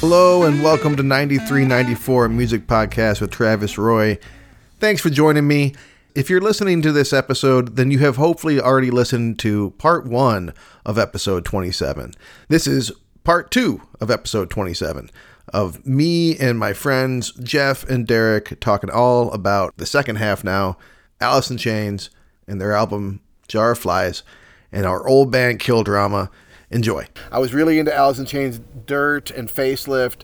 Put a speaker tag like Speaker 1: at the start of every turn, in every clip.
Speaker 1: Hello and welcome to 9394 Music Podcast with Travis Roy. Thanks for joining me. If you're listening to this episode, then you have hopefully already listened to part one of episode 27. This is part two of episode 27 of me and my friends Jeff and Derek talking all about the second half now, Alice in Chains and their album Jar of Flies and our old band Kill Drama. Enjoy. I was really into Alice in Chains Dirt and Facelift.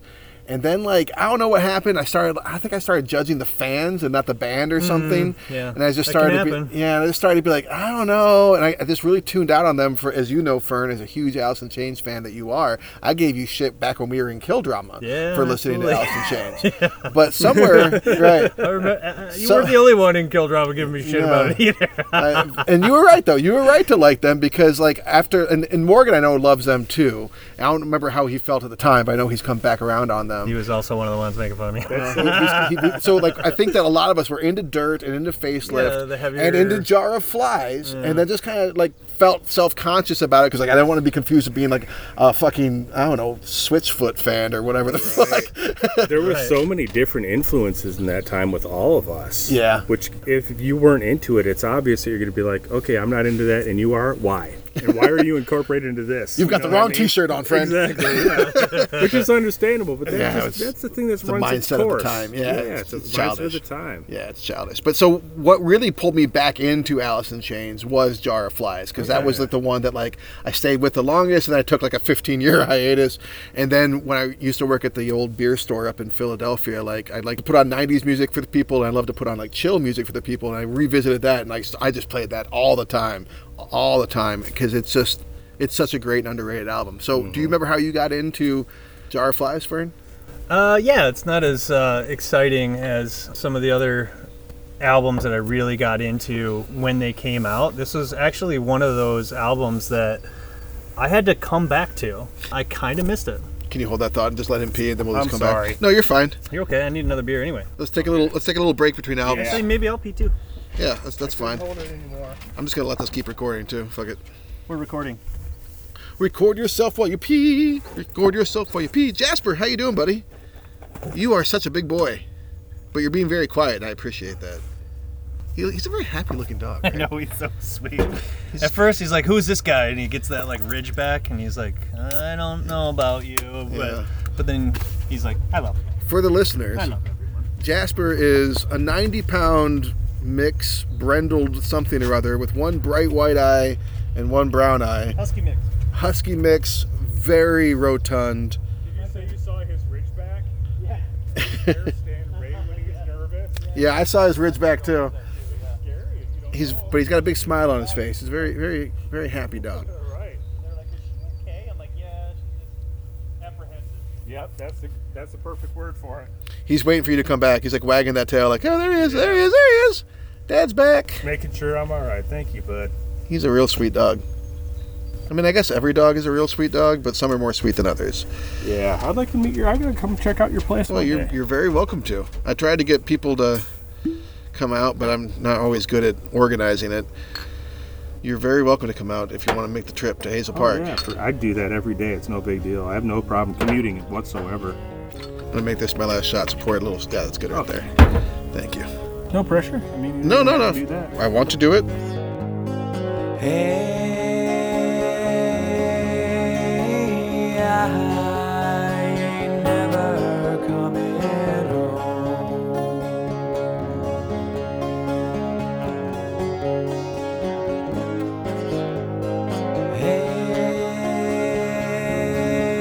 Speaker 1: And then, like, I don't know what happened. I started, I think I started judging the fans and not the band or something.
Speaker 2: Mm-hmm. yeah.
Speaker 1: And I just
Speaker 2: That can
Speaker 1: started, to
Speaker 2: happen.
Speaker 1: be, yeah, and I just started to be like, I don't know. And I, I just really tuned out on them for, as you know, Fern, as a huge Alice in Chains fan that you are, I gave you shit back when we were in Kill Drama
Speaker 2: Yeah,
Speaker 1: for listening
Speaker 2: absolutely.
Speaker 1: to Alice in Chains. But somewhere, right.
Speaker 2: I remember, uh, uh, you
Speaker 1: So-
Speaker 2: weren't the only one in Kill Drama giving me shit
Speaker 1: No.
Speaker 2: about it either.
Speaker 1: I- and you were right though. You were right to like them because like after and, and Morgan I know loves them too. I don't remember how he felt at the time, but I know he's come back around on them.
Speaker 2: He was also one of the ones making fun of me.
Speaker 1: Uh, he- he- he- so like I think that a lot of us were into dirt and into
Speaker 2: Yeah,
Speaker 1: facelift
Speaker 2: the heavier-
Speaker 1: and into jar of flies, and then just kind of like felt self conscious about it because like I didn't want to be confused with being like a fucking I don't know Switchfoot fan or whatever the fuck.
Speaker 3: There were
Speaker 2: Right.
Speaker 3: so many different influences in that time with all of us.
Speaker 1: Yeah.
Speaker 3: Which, if you weren't into it, it's obvious that you're going to be like, okay, I'm not into that, and you are. Why? And why are you incorporated into this?
Speaker 1: You've got
Speaker 3: You
Speaker 1: the
Speaker 3: know what
Speaker 1: wrong
Speaker 3: I mean?
Speaker 1: T-shirt on, friend.
Speaker 3: Exactly. yeah. Which is understandable, but that's,
Speaker 1: Yeah,
Speaker 3: just-
Speaker 1: it's-
Speaker 3: that's the thing that's
Speaker 1: the
Speaker 3: runs its
Speaker 1: mindset of the
Speaker 3: course.
Speaker 1: time, yeah, it's-
Speaker 3: it's,
Speaker 1: it's
Speaker 3: the mindset of
Speaker 1: childish.
Speaker 3: the time.
Speaker 1: Yeah, it's childish. But so what really pulled me back into Alice in Chains was Jar of Flies because that was like the one that like I stayed with the longest, and I took like a 15 year hiatus. And then when I used to work at the old beer store up in Philadelphia, like I like to put on 90s music for the people, and I love to put on like chill music for the people. And I revisited that, and like I just played that all the time, all the time because it's just it's such a great and underrated album. So do
Speaker 2: Mm-hmm.
Speaker 1: you remember how you got into Jar of Flies, Fern?
Speaker 2: Uh, yeah, it's not as uh, exciting as some of the other albums that I really got into when they came out. This was actually one of those albums that I had to come back to. I kind of missed it.
Speaker 1: Can you hold that thought and just let him pee, and then we'll just
Speaker 2: I'm
Speaker 1: come
Speaker 2: sorry.
Speaker 1: back? No, you're fine.
Speaker 2: You're okay. I need another beer anyway.
Speaker 1: Let's take a little. Let's take a little break between albums.
Speaker 2: Actually,
Speaker 1: Yeah,
Speaker 2: maybe I'll pee too.
Speaker 1: that's that's fine. I'm just gonna let this keep recording too. Fuck it.
Speaker 2: We're recording.
Speaker 1: Record yourself while you pee. Record yourself while you pee. Jasper, how you doing, buddy? You are such a big boy, but you're being very quiet, and I appreciate that. He, he's a very happy-looking dog. Right?
Speaker 2: No, he's so sweet. At first, he's like, "Who's this guy?" And he gets that like ridge back, and he's like, "I don't know about you," but
Speaker 1: Yeah.
Speaker 2: but then he's like, "I love, you.
Speaker 1: For the listeners,
Speaker 2: I love everyone."
Speaker 1: Jasper is a 90-pound mix, brindled something or other, with one bright white eye and one brown eye.
Speaker 2: Husky mix.
Speaker 1: Husky mix, very
Speaker 4: Did
Speaker 1: rotund.
Speaker 4: you say you saw his ridgeback? Yeah. Stand right when he's nervous.
Speaker 1: Yeah, I saw his ridge back too.
Speaker 4: Scary if you don't
Speaker 1: He's
Speaker 4: know.
Speaker 1: but he's got a big smile on his face. He's very very very happy dog.
Speaker 4: right.
Speaker 2: They're like, "Is she okay?" I'm like, "Yeah, she's just apprehensive."
Speaker 4: Yep, that's the that's the perfect word for it.
Speaker 1: He's waiting for you to come back. He's like wagging that tail like, "Oh, there he is. There he is. There he is. Dad's back."
Speaker 4: Making sure I'm all right. Thank you, bud.
Speaker 1: He's a real sweet dog. I mean, I guess every dog is a real sweet dog, but some are more sweet than others.
Speaker 3: Yeah, I'd like to meet your. I gotta come check out your place.
Speaker 1: Well,
Speaker 3: one
Speaker 1: you're
Speaker 3: day.
Speaker 1: you're very welcome to. I tried to get people to come out, but I'm not always good at organizing it. You're very welcome to come out if you want to make the trip to Hazel
Speaker 3: Oh,
Speaker 1: Park.
Speaker 3: yeah, for- I do that every day. It's no big deal. I have no problem commuting it whatsoever.
Speaker 1: I'm gonna make this my last shot. Support a little. Yeah, that's good right
Speaker 3: Okay.
Speaker 1: there. Thank you.
Speaker 3: No pressure. I mean, you
Speaker 1: No, no,
Speaker 3: don't have
Speaker 1: no.
Speaker 3: to Do that.
Speaker 1: I want to do it.
Speaker 5: Hey, I ain't never coming home.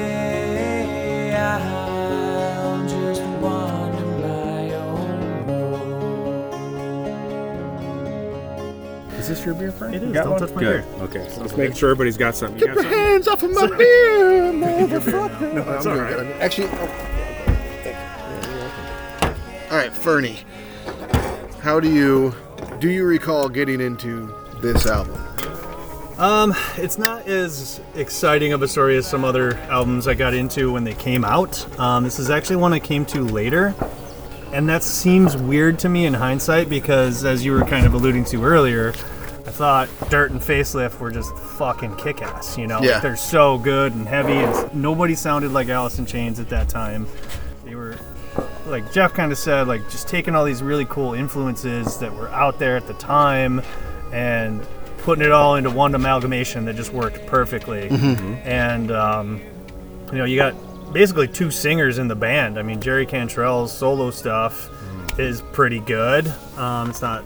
Speaker 5: Hey, I'm just wandering my own road.
Speaker 3: Is this your beer, Frank?
Speaker 2: It is. Don't touch my
Speaker 3: Good.
Speaker 2: beer.
Speaker 3: Okay. So let's make sure everybody's got something. You
Speaker 1: Get
Speaker 3: got
Speaker 1: your
Speaker 3: something?
Speaker 1: hands off of my beer, motherfucker.
Speaker 3: No, it's
Speaker 1: I'm
Speaker 3: all
Speaker 1: doing
Speaker 3: right.
Speaker 1: good. Actually, oh, yeah, go ahead. Thank you. Yeah, you're welcome. all right, Fernie. How do you do? You recall getting into this album?
Speaker 2: Um, it's not as exciting of a story as some other albums I got into when they came out. Um, this is actually one I came to later, and that seems weird to me in hindsight because, as you were kind of alluding to earlier, I thought Dirt and Facelift were just fucking kick ass, you know?
Speaker 6: Yeah.
Speaker 2: They're so good and heavy, and s- nobody sounded like Alice in Chains at that time. They were, like Jeff kind of said, like just taking all these really cool influences that were out there at the time and putting it all into one amalgamation that just worked perfectly. And, um, you know, you got basically two singers in the band. I mean, Jerry Cantrell's solo stuff is pretty good. Um, it's not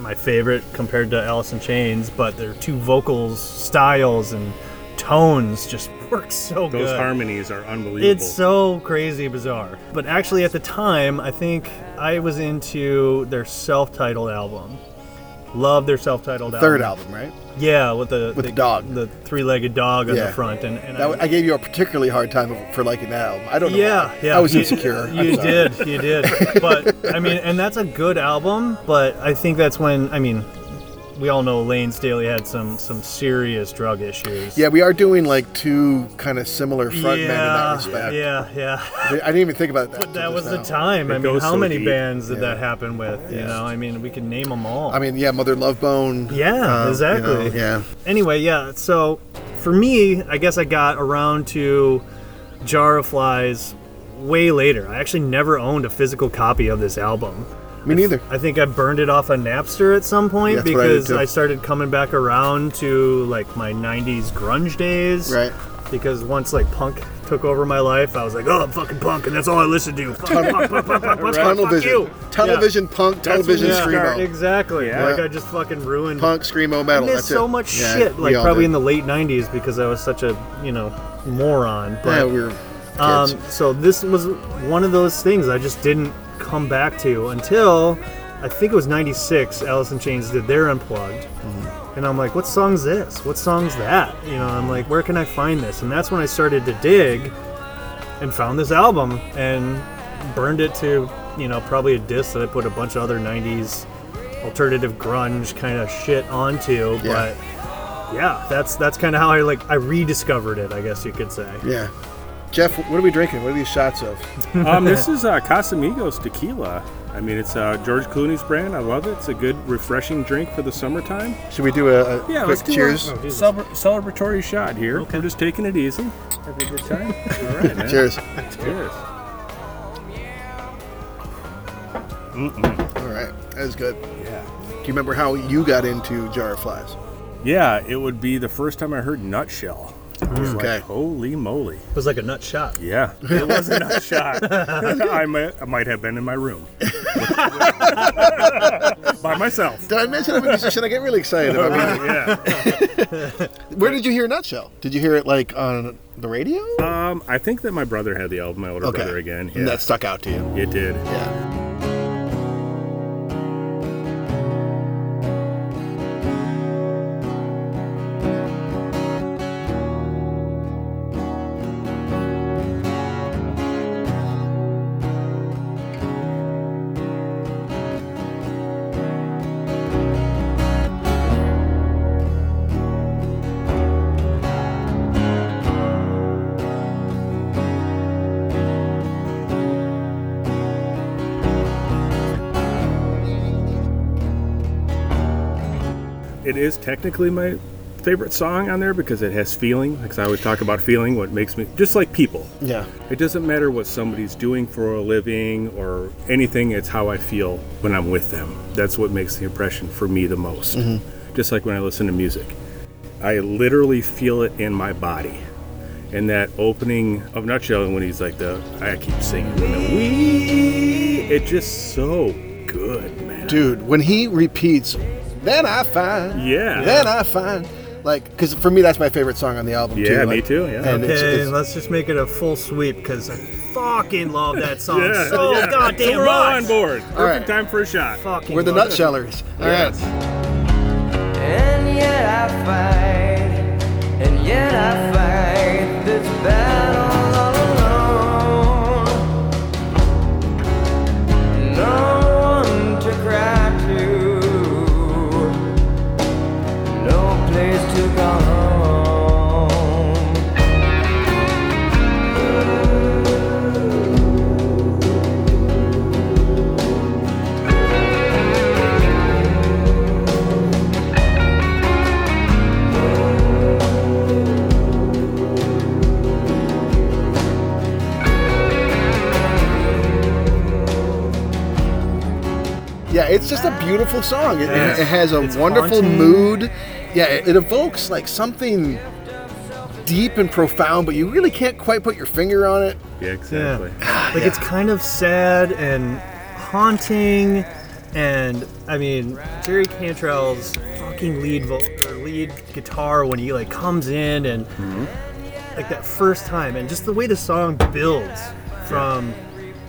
Speaker 2: my favorite compared to Alice in Chains, but their two vocals styles and tones just work so good.
Speaker 3: Those harmonies are unbelievable.
Speaker 2: It's so crazy bizarre. But actually, at the time, I think I was into their self-titled album. Love their self-titled
Speaker 1: Third album,
Speaker 2: album.
Speaker 1: right?
Speaker 2: Yeah, with Um, the
Speaker 1: With the dog.
Speaker 2: the three-legged dog on
Speaker 1: Yeah.
Speaker 2: the front, and, and
Speaker 1: That,
Speaker 2: I,
Speaker 1: wa- I gave you a particularly hard time for liking that album. I don't know.
Speaker 2: yeah,
Speaker 1: why.
Speaker 2: yeah.
Speaker 1: I was
Speaker 2: You-
Speaker 1: insecure. I'm
Speaker 2: You,
Speaker 1: sorry.
Speaker 2: did, you did. But I mean, and that's a good album. But I think that's when I mean, we all know Lane's Daily had some some serious drug issues.
Speaker 1: Yeah, we are doing like two kind of similar front men in that
Speaker 2: Yeah,
Speaker 1: respect.
Speaker 2: Yeah, yeah.
Speaker 1: I didn't even think about that. till
Speaker 2: That
Speaker 1: just
Speaker 2: was the
Speaker 1: now.
Speaker 2: time.
Speaker 3: It
Speaker 2: I mean,
Speaker 3: goes
Speaker 2: how
Speaker 3: so
Speaker 2: many
Speaker 3: deep.
Speaker 2: bands did
Speaker 1: Yeah.
Speaker 2: that happen with? You
Speaker 1: Yeah.
Speaker 2: know, I mean, we could name them all.
Speaker 1: I mean, yeah, Mother Love Bone.
Speaker 2: yeah,
Speaker 1: uh, you
Speaker 2: exactly.
Speaker 1: know, yeah.
Speaker 2: Anyway, yeah. So for me, I guess I got around to Jar of Flies way later. I actually never owned a physical copy of this album.
Speaker 1: Me neither.
Speaker 2: I think I burned it off a Napster at some point
Speaker 1: Yeah, that's what I did
Speaker 2: because
Speaker 1: too.
Speaker 2: I, started coming back around to like my 90s grunge days.
Speaker 1: Right.
Speaker 2: Because once like punk took over my life, I was like, oh, I'm fucking punk, and that's all I listen to. Fuck, fuck, fuck, fuck, fuck, fuck, fuck,
Speaker 1: Tunnel
Speaker 2: fuck
Speaker 1: vision.
Speaker 2: you.
Speaker 1: Tunnel
Speaker 2: Yeah.
Speaker 1: vision punk, tunnel
Speaker 3: That's when
Speaker 1: vision
Speaker 3: you
Speaker 1: screamo.
Speaker 3: start
Speaker 2: Exactly.
Speaker 3: Yeah.
Speaker 2: Like I just fucking ruined
Speaker 1: Punk, screamo, metal.
Speaker 2: I missed
Speaker 1: that's
Speaker 2: so
Speaker 1: it.
Speaker 2: much
Speaker 1: Yeah,
Speaker 2: shit,
Speaker 1: we
Speaker 2: like
Speaker 1: all
Speaker 2: probably
Speaker 1: did.
Speaker 2: in the late '90s because I was such a you know moron.
Speaker 1: Yeah,
Speaker 2: But
Speaker 1: we were kids.
Speaker 2: um, so this was one of those things I just didn't come back to until I think it was '96. Alice in Chains did their unplugged,
Speaker 1: Mm-hmm.
Speaker 2: and I'm like, what song's this? What song's that? You know, I'm like, where can I find this? And that's when I started to dig and found this album and burned it to you know probably a disc that I put a bunch of other '90s alternative grunge kind of shit onto,
Speaker 1: Yeah.
Speaker 2: but yeah, that's that's kind of how I like I rediscovered it, I guess you could say.
Speaker 1: yeah. Jeff, what are we drinking? What are these shots of?
Speaker 3: um, this is uh, Casamigos tequila. I mean, it's uh, George Clooney's brand. I love it. It's a good, refreshing drink for the summertime.
Speaker 1: Should we do a, a
Speaker 3: Yeah,
Speaker 1: quick
Speaker 3: let's do
Speaker 1: cheers?
Speaker 3: a Oh, celebra- celebratory shot here.
Speaker 2: Okay.
Speaker 3: We're just taking it easy. Have a good time. All right, man.
Speaker 1: Cheers.
Speaker 3: Cheers.
Speaker 1: All right, that is good. Yeah. Do you remember how you got into Jar of Flies?
Speaker 3: Yeah, it would be the first time I heard Nutshell. I
Speaker 2: Hmm.
Speaker 3: was
Speaker 1: Okay.
Speaker 3: like, holy moly.
Speaker 2: It was like a nut shot.
Speaker 3: Yeah, it was a nut shot. I, might, I might have been in my room. By myself.
Speaker 1: Did I mention I'm a musician? I get really excited about music.
Speaker 3: Yeah.
Speaker 1: Where did you hear Nutshell? Did you hear it like on the radio?
Speaker 3: Um, I think that my brother had the album, my older brother again. Yeah,
Speaker 1: And that stuck out to you.
Speaker 3: it did.
Speaker 1: Yeah.
Speaker 3: It is technically my favorite song on there because it has feeling. Because I always talk about feeling, what makes me just like people.
Speaker 1: Yeah.
Speaker 3: It doesn't matter what somebody's doing for a living or anything, it's how I feel when I'm with them. That's what makes the impression for me the most. Just like when I listen to music, I literally feel it in my body. And that opening of Nutshell, when he's like, the I keep singing, when the wee, it's just so good, man.
Speaker 1: Dude, when he repeats, then I find.
Speaker 3: Yeah.
Speaker 1: Then I find. Like, because for me, that's my favorite song on the album, too.
Speaker 3: Yeah, me
Speaker 1: like-
Speaker 3: too, yeah.
Speaker 1: And it's,
Speaker 2: Okay,
Speaker 1: it's,
Speaker 2: let's just make it a full sweep because I fucking love that song
Speaker 3: Yeah,
Speaker 2: Oh, so
Speaker 3: yeah.
Speaker 2: goddamn
Speaker 3: So we're all on
Speaker 2: much.
Speaker 3: board. Perfect
Speaker 1: right.
Speaker 3: time for a shot.
Speaker 2: Fucking
Speaker 1: we're the
Speaker 2: love it.
Speaker 1: Nutshellers. All right.
Speaker 5: And yet I fight, and yet I fight this battle all alone. No one to cry to, no place to go home.
Speaker 1: It's just a beautiful song. It,
Speaker 2: Yes.
Speaker 1: it has a
Speaker 2: It's
Speaker 1: wonderful
Speaker 2: haunting.
Speaker 1: mood. Yeah, it, it evokes like something deep and profound, but you really can't quite put your finger on it.
Speaker 3: Yeah, exactly.
Speaker 2: Like it's kind of sad and haunting, and I mean Jerry Cantrell's fucking lead vo- or lead guitar when he like comes in and
Speaker 3: Mm-hmm.
Speaker 2: like that first time, and just the way the song builds from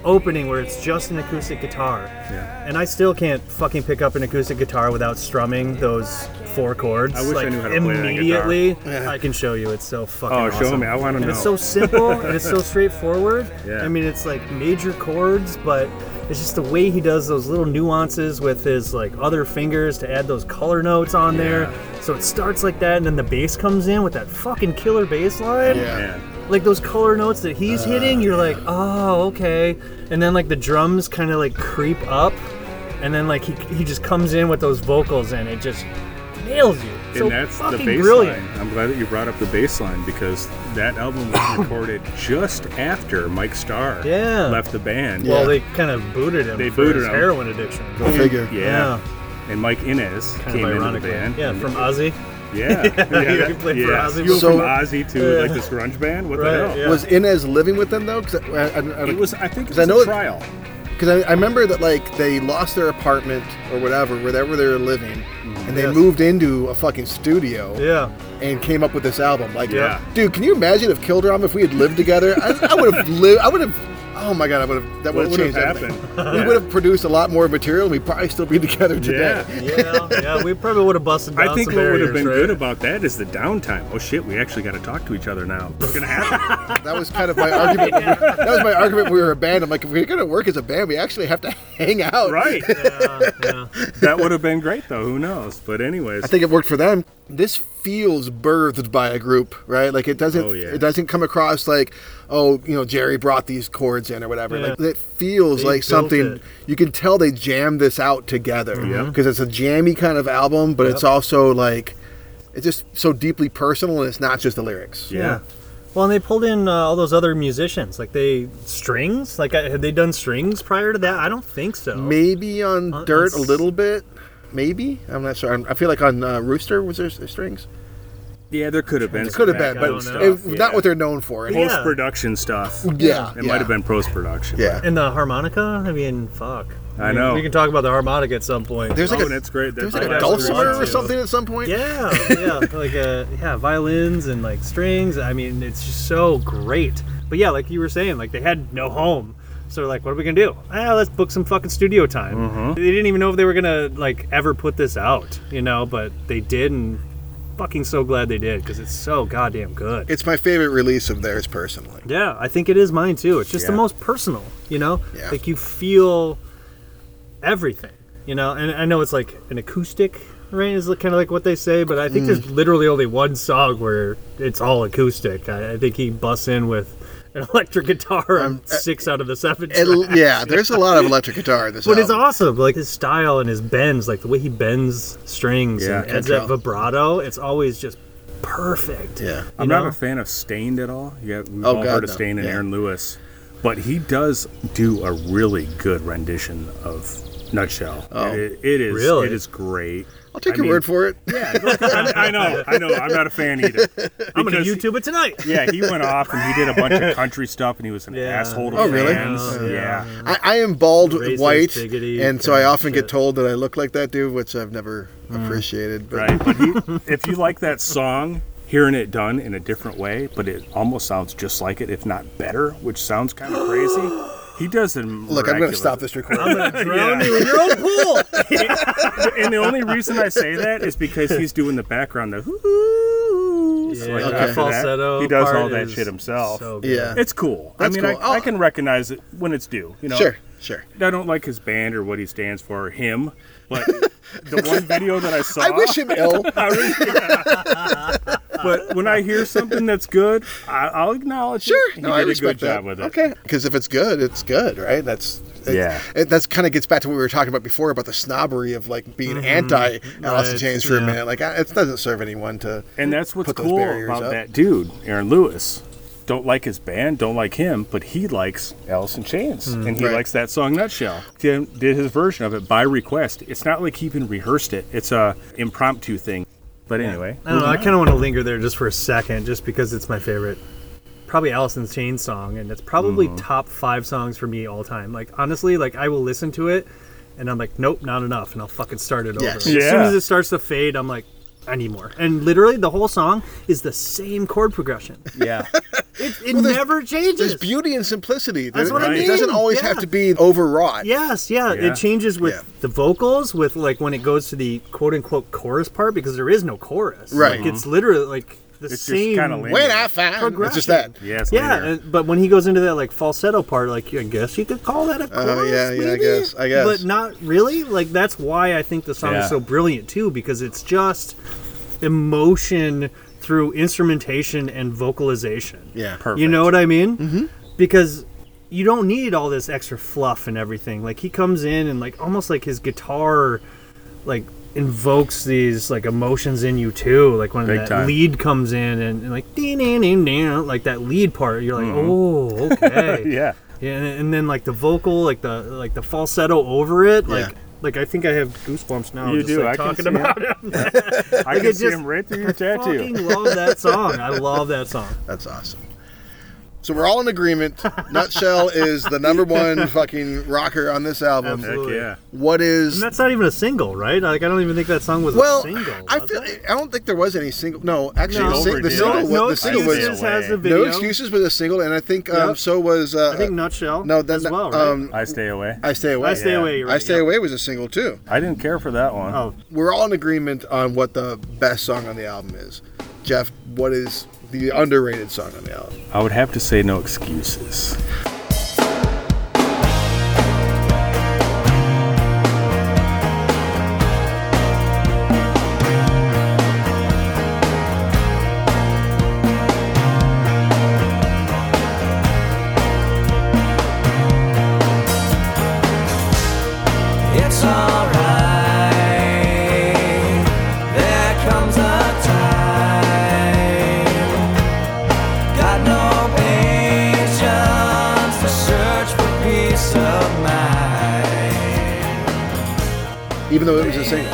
Speaker 2: opening where it's just an acoustic guitar,
Speaker 3: Yeah.
Speaker 2: and I still can't fucking pick up an acoustic guitar without strumming those four chords.
Speaker 3: I wish I
Speaker 2: like,
Speaker 3: knew how to play that guitar.
Speaker 2: immediately. I can show you. It's so fucking.
Speaker 3: Oh,
Speaker 2: awesome.
Speaker 3: show me. I want to
Speaker 2: And
Speaker 3: know.
Speaker 2: it's so simple and it's so straightforward.
Speaker 3: Yeah.
Speaker 2: I mean, it's like major chords, but it's just the way he does those little nuances with his like other fingers to add those color notes on there. So it starts like that, and then the bass comes in with that fucking killer bass line.
Speaker 3: Man.
Speaker 2: Like those color notes that he's
Speaker 3: Uh,
Speaker 2: hitting, you're like, oh, okay. And then like the drums kind of like creep up, and then like he, he just comes in with those vocals, and it just nails you.
Speaker 3: And
Speaker 2: So
Speaker 3: that's the
Speaker 2: fucking
Speaker 3: bass
Speaker 2: brilliant.
Speaker 3: line. I'm glad that you brought up the bass line because that album was recorded just after Mike Starr
Speaker 2: Yeah.
Speaker 3: left the band.
Speaker 2: Well,
Speaker 1: Yeah.
Speaker 2: they kind of booted him.
Speaker 3: They
Speaker 2: for
Speaker 3: booted
Speaker 2: his
Speaker 3: him.
Speaker 2: heroin addiction.
Speaker 1: Go figure.
Speaker 3: Yeah. And Mike Inez
Speaker 2: Kind
Speaker 3: came
Speaker 2: of
Speaker 3: into the
Speaker 2: ironically.
Speaker 3: band.
Speaker 2: Yeah,
Speaker 3: and-
Speaker 2: from Ozzy.
Speaker 3: yeah, yeah,
Speaker 2: he
Speaker 3: that-
Speaker 2: played for
Speaker 3: yeah.
Speaker 2: Ozzy
Speaker 3: You went
Speaker 1: So-
Speaker 3: from Ozzy to
Speaker 2: Yeah.
Speaker 3: like this grunge band. What the
Speaker 2: Right,
Speaker 3: hell?
Speaker 2: yeah.
Speaker 1: Was Inez living with them though? Because I, I, I,
Speaker 3: It was. I think it
Speaker 1: 'Cause I
Speaker 3: was
Speaker 1: know it-
Speaker 3: a trial.
Speaker 1: Because I, I remember that like they lost their apartment or whatever, wherever they were living, and they
Speaker 2: Yes.
Speaker 1: moved into a fucking studio
Speaker 2: Yeah.
Speaker 1: and came up with this album. Like,
Speaker 3: Yeah.
Speaker 1: dude, can you imagine if Kildrum, if we had lived together, I, I would have lived. I would have. Oh my god, I would have. That
Speaker 3: What
Speaker 1: would have
Speaker 3: would have
Speaker 1: changed
Speaker 3: happened?
Speaker 1: everything.
Speaker 3: Yeah.
Speaker 1: We would have produced a lot more material. We'd probably still be together today.
Speaker 3: Yeah.
Speaker 2: Yeah, yeah, we probably would have busted down
Speaker 3: I think
Speaker 2: some
Speaker 3: what would have been
Speaker 2: barriers,
Speaker 3: good about that is the downtime. Oh shit, we actually got to talk to each other now. It's gonna happen.
Speaker 1: That was kind of my argument. when we- That was my argument. when We were a band. I'm like, if we're gonna work as a band, we actually have to hang out.
Speaker 3: right.
Speaker 2: right? Yeah, yeah.
Speaker 3: That would have been great though. Who knows? But anyways,
Speaker 1: I think it worked for them. This feels birthed by a group, right? Like it doesn't
Speaker 3: Oh, yeah.
Speaker 1: it doesn't come across like, oh, you know, Jerry brought these chords in or whatever.
Speaker 2: Yeah.
Speaker 1: Like it feels
Speaker 2: They
Speaker 1: like
Speaker 2: built
Speaker 1: something
Speaker 2: it.
Speaker 1: you can tell they jammed this out together.
Speaker 3: Yeah.
Speaker 1: Because it's a jammy kind of album, but it's also like it's just so deeply personal and it's not just the lyrics.
Speaker 3: Yeah.
Speaker 2: Well, and they pulled in uh, all those other musicians. Like they strings. Like I, had they done strings prior to that? I don't think so.
Speaker 1: Maybe on
Speaker 2: On-
Speaker 1: Dirt
Speaker 2: on
Speaker 1: a
Speaker 2: s-
Speaker 1: little bit. Maybe I'm not sure. I'm- I feel like on uh, Rooster was there s- strings.
Speaker 3: yeah, there could have been.
Speaker 1: It could have
Speaker 3: some
Speaker 1: been,
Speaker 2: I
Speaker 1: but
Speaker 2: don't
Speaker 3: background
Speaker 2: know.
Speaker 1: it, not what they're known for.
Speaker 2: Yeah.
Speaker 3: Post production stuff.
Speaker 1: Yeah,
Speaker 3: It
Speaker 1: yeah.
Speaker 3: might have been post production.
Speaker 1: Yeah.
Speaker 2: And the harmonica. I mean, fuck.
Speaker 3: I know.
Speaker 2: We can talk about the harmonica at some point.
Speaker 1: There's like
Speaker 3: oh,
Speaker 1: a
Speaker 3: and it's great.
Speaker 1: There was
Speaker 3: That's
Speaker 1: like a
Speaker 3: the last
Speaker 2: dulcimer
Speaker 1: dulcimer
Speaker 3: one,
Speaker 1: or
Speaker 3: too.
Speaker 1: something at some point.
Speaker 2: Yeah, yeah, like uh, yeah, violins and like strings. I mean, it's just so great. But yeah, like you were saying, like they had no home, so they're like, what are we gonna do? Ah, let's book some fucking studio time. They didn't even know if they were gonna like ever put this out, you know, but they did, and fucking so glad they did because it's so goddamn good.
Speaker 1: It's my favorite release of theirs personally.
Speaker 2: Yeah, I think it is mine too. It's just the
Speaker 3: Yeah.
Speaker 2: most personal, you know?
Speaker 1: Yeah.
Speaker 2: Like you feel everything, you know? And I know it's like an acoustic, right? Is kind of like what they say, but I think there's
Speaker 1: Mm.
Speaker 2: literally only one song where it's all acoustic. I, I think he busts in with an electric guitar on six out of the seven.
Speaker 1: Um, uh, It,
Speaker 2: tracks.
Speaker 1: yeah, there's a lot of electric guitar in this.
Speaker 2: But it's
Speaker 1: album.
Speaker 2: awesome, like his style and his bends, like the way he bends strings
Speaker 3: Yeah,
Speaker 2: and adds
Speaker 1: Cantrell.
Speaker 2: that vibrato. It's always just perfect.
Speaker 1: Yeah.
Speaker 3: I'm
Speaker 2: You
Speaker 3: not
Speaker 2: know?
Speaker 3: a fan of Stained at all. Yeah, we've
Speaker 1: Oh,
Speaker 3: all
Speaker 1: God,
Speaker 3: heard of
Speaker 1: no.
Speaker 3: Stained and
Speaker 1: Yeah.
Speaker 3: Aaron Lewis, but he does do a really good rendition of Nutshell.
Speaker 1: Oh.
Speaker 3: It- it is
Speaker 2: Really?
Speaker 3: it is great.
Speaker 1: I'll take
Speaker 3: I
Speaker 1: your
Speaker 3: mean-
Speaker 1: word for it.
Speaker 3: Yeah, look, I, I know, I know. I'm not a fan either.
Speaker 2: I'm gonna
Speaker 3: Because-
Speaker 2: YouTube it tonight.
Speaker 3: Yeah, he went off and he did a bunch of country stuff, and he was an
Speaker 2: Yeah.
Speaker 3: asshole to
Speaker 1: Oh, really?
Speaker 3: fans.
Speaker 2: Oh,
Speaker 3: yeah.
Speaker 1: I, I am bald,
Speaker 2: Racist,
Speaker 1: white,
Speaker 2: biggity,
Speaker 1: and so I
Speaker 2: kind of
Speaker 1: often get
Speaker 2: shit. Mm.
Speaker 1: told that I look like that dude, which I've never appreciated. But
Speaker 3: right. But he, if you like that song, hearing it done in a different way, but it almost sounds just like it, if not better, which sounds kind of crazy. He does it.
Speaker 1: look, I'm going to stop this
Speaker 2: I'm
Speaker 1: recording.
Speaker 2: gonna drown you in your own pool.
Speaker 3: and the only reason I say that is because he's doing the background, the hoo
Speaker 2: Yeah, okay. falsetto
Speaker 3: He does all
Speaker 2: part
Speaker 3: that
Speaker 2: is
Speaker 3: shit himself.
Speaker 2: so good.
Speaker 1: yeah,
Speaker 3: It's cool.
Speaker 1: That's
Speaker 3: I mean,
Speaker 1: cool.
Speaker 3: I, I
Speaker 1: Oh.
Speaker 3: can recognize it when it's due. You know,
Speaker 1: sure, sure.
Speaker 3: I don't like his band or what he stands for, or him. But the one video that I saw,
Speaker 1: I wish him ill.
Speaker 3: I really- but when I hear something that's good, I, I'll acknowledge
Speaker 1: Sure,
Speaker 3: it. He
Speaker 1: no, I
Speaker 3: did a
Speaker 1: respect
Speaker 3: good
Speaker 1: that.
Speaker 3: job with it.
Speaker 1: Okay, because if it's good, it's good, right? That's it-
Speaker 3: Yeah.
Speaker 1: It, that's kind of gets back to what we were talking about before about the snobbery of like being anti Alice in
Speaker 2: right,
Speaker 1: Chains for a
Speaker 2: yeah.
Speaker 1: minute. Like I, it doesn't serve anyone to.
Speaker 3: And that's what's
Speaker 1: Put those
Speaker 3: cool
Speaker 1: barriers
Speaker 3: about
Speaker 1: up.
Speaker 3: that dude, Aaron Lewis. don't like his band, don't like him, but he likes Alice in Chains, and he
Speaker 1: Hmm. Right.
Speaker 3: likes that song Nutshell. Did, did his version of it by request. It's not like he even rehearsed it. It's a impromptu thing. But anyway,
Speaker 1: Oh.
Speaker 2: I don't know. I kind of want to linger there just for a second, just because it's my favorite. Probably Allison's Chain song, and it's probably
Speaker 3: Mm-hmm.
Speaker 2: top five songs for me all time. Like honestly, like I will listen to it, and I'm like, nope, not enough, and I'll fucking start it
Speaker 1: Yes.
Speaker 2: over. As soon
Speaker 3: Yeah.
Speaker 2: as it starts to fade, I'm like, I need more. And literally, the whole song is the same chord progression.
Speaker 3: yeah,
Speaker 2: It, it
Speaker 1: there's-
Speaker 2: never
Speaker 1: There's
Speaker 2: changes.
Speaker 1: beauty and simplicity.
Speaker 2: That's what
Speaker 3: I
Speaker 1: It doesn't
Speaker 2: mean.
Speaker 1: always
Speaker 2: Yeah.
Speaker 1: have to be overwrought.
Speaker 2: Yes, yeah,
Speaker 3: Yeah.
Speaker 2: it changes with
Speaker 1: Yeah.
Speaker 2: the vocals, with like when it goes to the quote unquote chorus part because there is no chorus.
Speaker 1: Right.
Speaker 2: like, it's literally like the
Speaker 3: It's just
Speaker 2: same.
Speaker 3: kinda lame.
Speaker 1: When I found it's just that.
Speaker 3: yeah, it's
Speaker 2: Yeah,
Speaker 3: later.
Speaker 2: and- but when he goes into that like falsetto part, like I guess you could call that a chorus.
Speaker 1: Oh yeah, yeah, I
Speaker 2: maybe?
Speaker 1: guess. I guess.
Speaker 2: But not really. Like that's why I think the song
Speaker 3: Yeah.
Speaker 2: is so brilliant too, because it's just emotion through instrumentation and vocalization.
Speaker 1: yeah.
Speaker 3: perfect.
Speaker 2: You know what I mean? Mm-hmm. Because you don't need all this extra fluff and everything. Like he comes in and like almost like his guitar, like invokes these like emotions in you too. Like when
Speaker 3: Big
Speaker 2: that
Speaker 3: time.
Speaker 2: lead comes in and, and like ding, ding, ding, ding, like that lead part, you're like, oh, okay.
Speaker 3: Mm-hmm. Yeah,
Speaker 2: Yeah, and, and then like the vocal, like the like the falsetto over it, like.
Speaker 1: Yeah.
Speaker 2: Like I think I have goosebumps now.
Speaker 3: You
Speaker 2: just,
Speaker 3: do,
Speaker 2: Like,
Speaker 3: I can
Speaker 2: talking
Speaker 3: see it.
Speaker 2: about him.
Speaker 3: I can
Speaker 2: it
Speaker 3: see
Speaker 2: just-
Speaker 3: him right through your
Speaker 2: I
Speaker 3: tattoo.
Speaker 2: fucking love that song. I love that song.
Speaker 1: That's awesome. So we're all in agreement. Nutshell is the number one fucking rocker on this album.
Speaker 2: Absolutely.
Speaker 3: Heck yeah,
Speaker 1: What is?
Speaker 2: And that's not even a single, right? Like I don't even think that song was
Speaker 1: Well,
Speaker 2: a single.
Speaker 1: I
Speaker 2: was
Speaker 1: feel
Speaker 2: it?
Speaker 1: I don't think there was any single. No, actually,
Speaker 2: No.
Speaker 1: the, sing, the
Speaker 3: Overdid.
Speaker 1: single
Speaker 2: no,
Speaker 1: was
Speaker 2: no
Speaker 1: the single was
Speaker 2: excuses has the video.
Speaker 1: no excuses was a single, and I think um,
Speaker 2: Yep.
Speaker 1: so was uh,
Speaker 2: I think nutshell.
Speaker 1: no that
Speaker 2: as well. Right?
Speaker 1: um,
Speaker 3: I stay away.
Speaker 1: I stay away.
Speaker 2: I stay
Speaker 3: yeah.
Speaker 2: away. You're right.
Speaker 1: I stay
Speaker 2: yeah.
Speaker 1: away was a single too.
Speaker 3: I didn't care for that one.
Speaker 2: Oh,
Speaker 1: We're all in agreement on what the best song on the album is. Jeff, what is the underrated song on the album?
Speaker 3: I would have to say no excuses.
Speaker 5: It's alright. There comes a time. Got no patience to search for peace of mind.
Speaker 1: Even though it was a single,
Speaker 3: Yeah.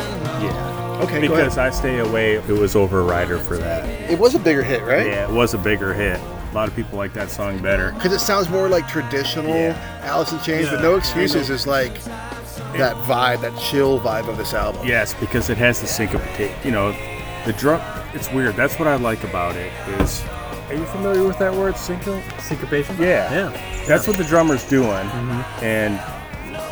Speaker 1: okay, go
Speaker 3: Because
Speaker 1: ahead.
Speaker 3: I stay away, it was over Rider for that.
Speaker 1: It was a bigger hit, right?
Speaker 3: Yeah, it was a bigger hit. A lot of people like that song better.
Speaker 1: because it sounds more like traditional
Speaker 3: Yeah.
Speaker 1: Alice in Chains, but
Speaker 2: Yeah.
Speaker 1: No Excuses is like that vibe, that chill vibe of this album.
Speaker 3: Yes, because it has the syncopate. You know, the drum. It's weird. That's what I like about it. Is are you familiar with that word synco?
Speaker 2: syncopation.
Speaker 3: Yeah.
Speaker 2: yeah.
Speaker 3: That's what the drummer's doing,
Speaker 2: Mm-hmm.
Speaker 3: and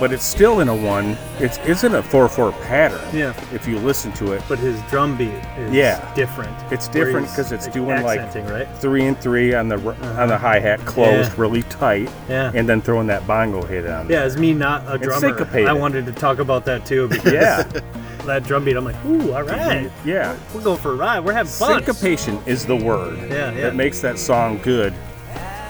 Speaker 3: but it's still in a one. It's it's in a four four pattern.
Speaker 2: Yeah.
Speaker 3: If you listen to it,
Speaker 2: But his drum beat is
Speaker 3: Yeah.
Speaker 2: different.
Speaker 3: It's
Speaker 2: where
Speaker 3: different
Speaker 2: he's,
Speaker 3: 'cause it's
Speaker 2: like,
Speaker 3: doing, like-
Speaker 2: accenting, right.
Speaker 3: three and three on the r on the hi hat closed
Speaker 2: Uh-huh. Yeah.
Speaker 3: really tight,
Speaker 2: Yeah.
Speaker 3: and then throwing that bongo hit on.
Speaker 2: Yeah, as me not a drummer,
Speaker 3: syncopated.
Speaker 2: I wanted to talk about that too because
Speaker 3: Yeah.
Speaker 2: that drum beat. I'm like, ooh, all right,
Speaker 3: Yeah.
Speaker 2: we're going for a ride. We're having fun.
Speaker 3: Syncopation is the word
Speaker 2: Yeah, yeah.
Speaker 3: that makes that song good.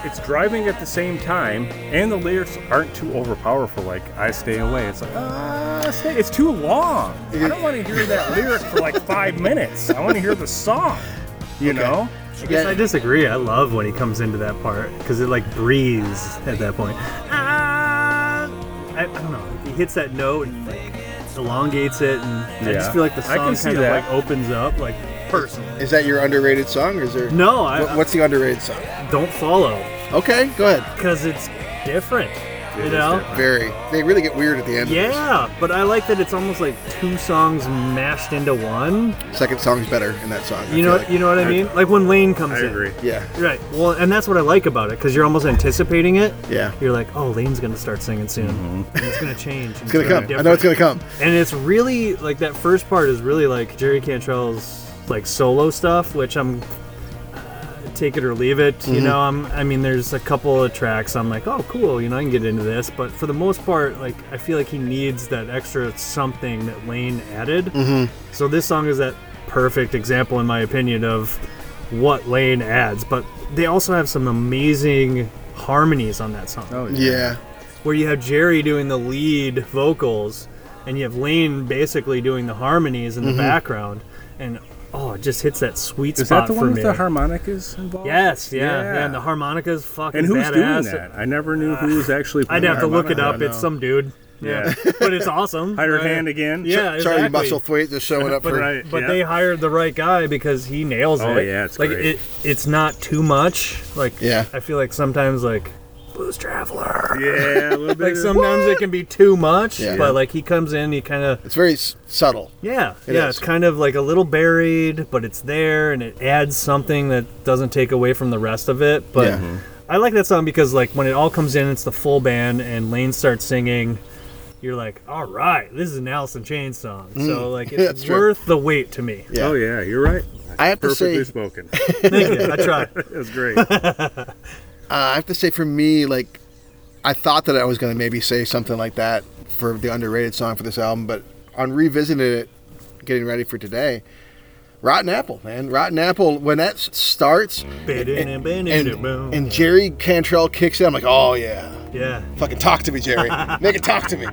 Speaker 3: It's driving at the same time, and the lyrics aren't too overpowerful. Like I stay away. It's like ah, stay. It's too long. I don't want to hear that lyric for like five minutes. I want to hear the song. You know?
Speaker 2: I guess I disagree. I love when he comes into that part because it like breathes at that point. Ah, I, I don't know. He hits that note and like, elongates it, and I
Speaker 3: Yeah.
Speaker 2: just feel like the
Speaker 3: I
Speaker 2: song
Speaker 3: can
Speaker 2: kind
Speaker 3: see
Speaker 2: of
Speaker 3: that.
Speaker 2: like opens up, like personally.
Speaker 1: Is that your underrated song, or is there?
Speaker 2: No, I,
Speaker 1: What- what's the underrated song?
Speaker 2: I don't follow
Speaker 1: Okay, go ahead.
Speaker 2: because it's different. you
Speaker 3: is
Speaker 2: know.
Speaker 3: different.
Speaker 1: Very. They really get weird at the end. Of
Speaker 2: Yeah, but I like that it's almost like two songs mashed into one.
Speaker 1: this. Second song's better in that song. I
Speaker 2: You know,
Speaker 1: feel like.
Speaker 2: you know what I mean? Like when Lane comes
Speaker 3: I
Speaker 2: in.
Speaker 3: agree.
Speaker 1: Yeah.
Speaker 2: Right. Well, and that's what I like about it because you're almost anticipating it.
Speaker 1: Yeah. Mm-hmm.
Speaker 2: You're like, oh, Lane's gonna start singing soon. And it's gonna change.
Speaker 1: It's gonna come. I know it's gonna come.
Speaker 2: And it's really like that first part is really like Jerry Cantrell's like solo stuff, which I'm uh, take it or leave it. You know, I'm. I mean, there's a couple of tracks I'm like, oh, cool. You know, I can get into this. But for the most part, like I feel like he needs that extra something that Lane added. So this song is that perfect example, in my opinion, of what Lane adds. But they also have some amazing harmonies on that song
Speaker 3: Oh
Speaker 1: Yeah.
Speaker 2: where you have Jerry doing the lead vocals and you have Lane basically doing the harmonies in the background. And oh, it just hits that sweet
Speaker 3: Mm-hmm. Is
Speaker 2: spot
Speaker 3: that the
Speaker 2: for me.
Speaker 3: one with the harmonicas involved?
Speaker 2: yes, yeah, yeah. and the harmonica's fucking
Speaker 3: And who's
Speaker 2: badass.
Speaker 3: doing that? I never knew who was actually.
Speaker 2: I'd
Speaker 3: playing
Speaker 2: have to look it
Speaker 3: harmonica.
Speaker 2: up. It's some dude. Yeah, but it's awesome.
Speaker 3: Hired
Speaker 2: right?
Speaker 3: hand again.
Speaker 2: Yeah,
Speaker 1: Charlie
Speaker 2: exactly.
Speaker 1: Musselthwaite just showing up
Speaker 3: But
Speaker 1: for.
Speaker 3: right,
Speaker 2: But
Speaker 3: yeah.
Speaker 2: they hired the right guy because he nails it.
Speaker 3: Oh, yeah, it's
Speaker 2: like
Speaker 3: great.
Speaker 2: it. It's not too much. Like
Speaker 1: Yeah.
Speaker 2: I feel like sometimes like Blues Traveler.
Speaker 3: Yeah, a little bit.
Speaker 2: Like
Speaker 3: of-
Speaker 2: sometimes it can be too much.
Speaker 1: Yeah.
Speaker 2: But like he comes in, he kind of
Speaker 1: It's very s- subtle.
Speaker 2: yeah
Speaker 1: It
Speaker 2: yeah.
Speaker 1: is.
Speaker 2: It's kind of like a little buried, but it's there and it adds something that doesn't take away from the rest of it. But
Speaker 1: Yeah. Mhm.
Speaker 2: I like that song because like when it all comes in, it's the full band and Lane starts singing. You're like, all right, this is an Allison Chain song, so like
Speaker 1: Mm. That's
Speaker 2: it's
Speaker 1: true.
Speaker 2: worth the wait to me.
Speaker 1: Yeah.
Speaker 3: Oh yeah, you're right.
Speaker 1: I have to
Speaker 3: Perfectly
Speaker 1: say,
Speaker 3: spoken.
Speaker 2: Thank you. I try.
Speaker 3: That's great.
Speaker 1: uh, I have to say, for me, like, I thought that I was going to maybe say something like that for the underrated song for this album, but on revisiting it, getting ready for today, Rotten Apple, man, Rotten Apple. When that s- starts, and,
Speaker 2: And
Speaker 1: and Jerry Cantrell kicks in, I'm like, oh yeah,
Speaker 2: yeah,
Speaker 1: fucking talk to me, Jerry, make it talk to me.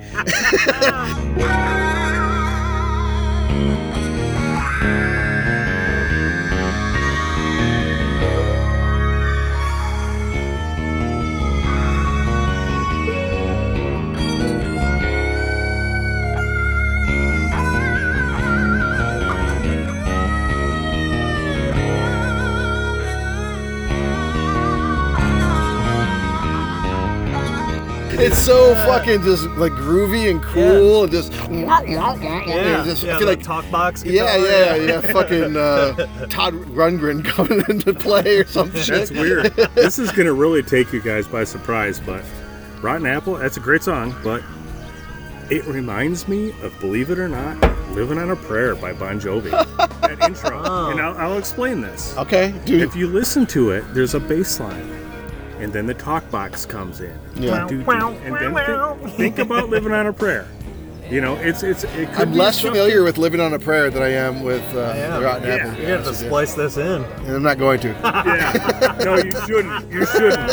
Speaker 1: It's so fucking just like groovy and cool, and just
Speaker 2: yeah.
Speaker 1: and just-
Speaker 2: yeah
Speaker 1: I feel
Speaker 2: like
Speaker 1: like.
Speaker 2: talk box.
Speaker 1: Yeah,
Speaker 2: guitar.
Speaker 1: yeah, yeah. Fucking uh, Todd Rundgren coming into play or some shit.
Speaker 3: That's weird. This is gonna really take you guys by surprise, but Rotten Apple, that's a great song, but it reminds me of Believe It or Not, Living on a Prayer by Bon Jovi. that intro. And I'll, I'll explain this.
Speaker 1: Okay, dude.
Speaker 3: If you listen to it, there's a bass line. And then the talk box comes in.
Speaker 1: Yeah.
Speaker 3: Do, do, do. And then thi- think about living on a prayer. You know, it's it's it could
Speaker 1: I'm
Speaker 3: be
Speaker 1: less
Speaker 3: something-
Speaker 1: familiar with Living on a Prayer than I am with uh,
Speaker 2: Yeah.
Speaker 1: the Rotten
Speaker 3: Yeah.
Speaker 1: Apple. to
Speaker 2: You
Speaker 1: be
Speaker 2: have to
Speaker 1: honest with you.
Speaker 2: splice this in.
Speaker 1: And I'm not going to.
Speaker 3: Yeah. No, you shouldn't. You shouldn't.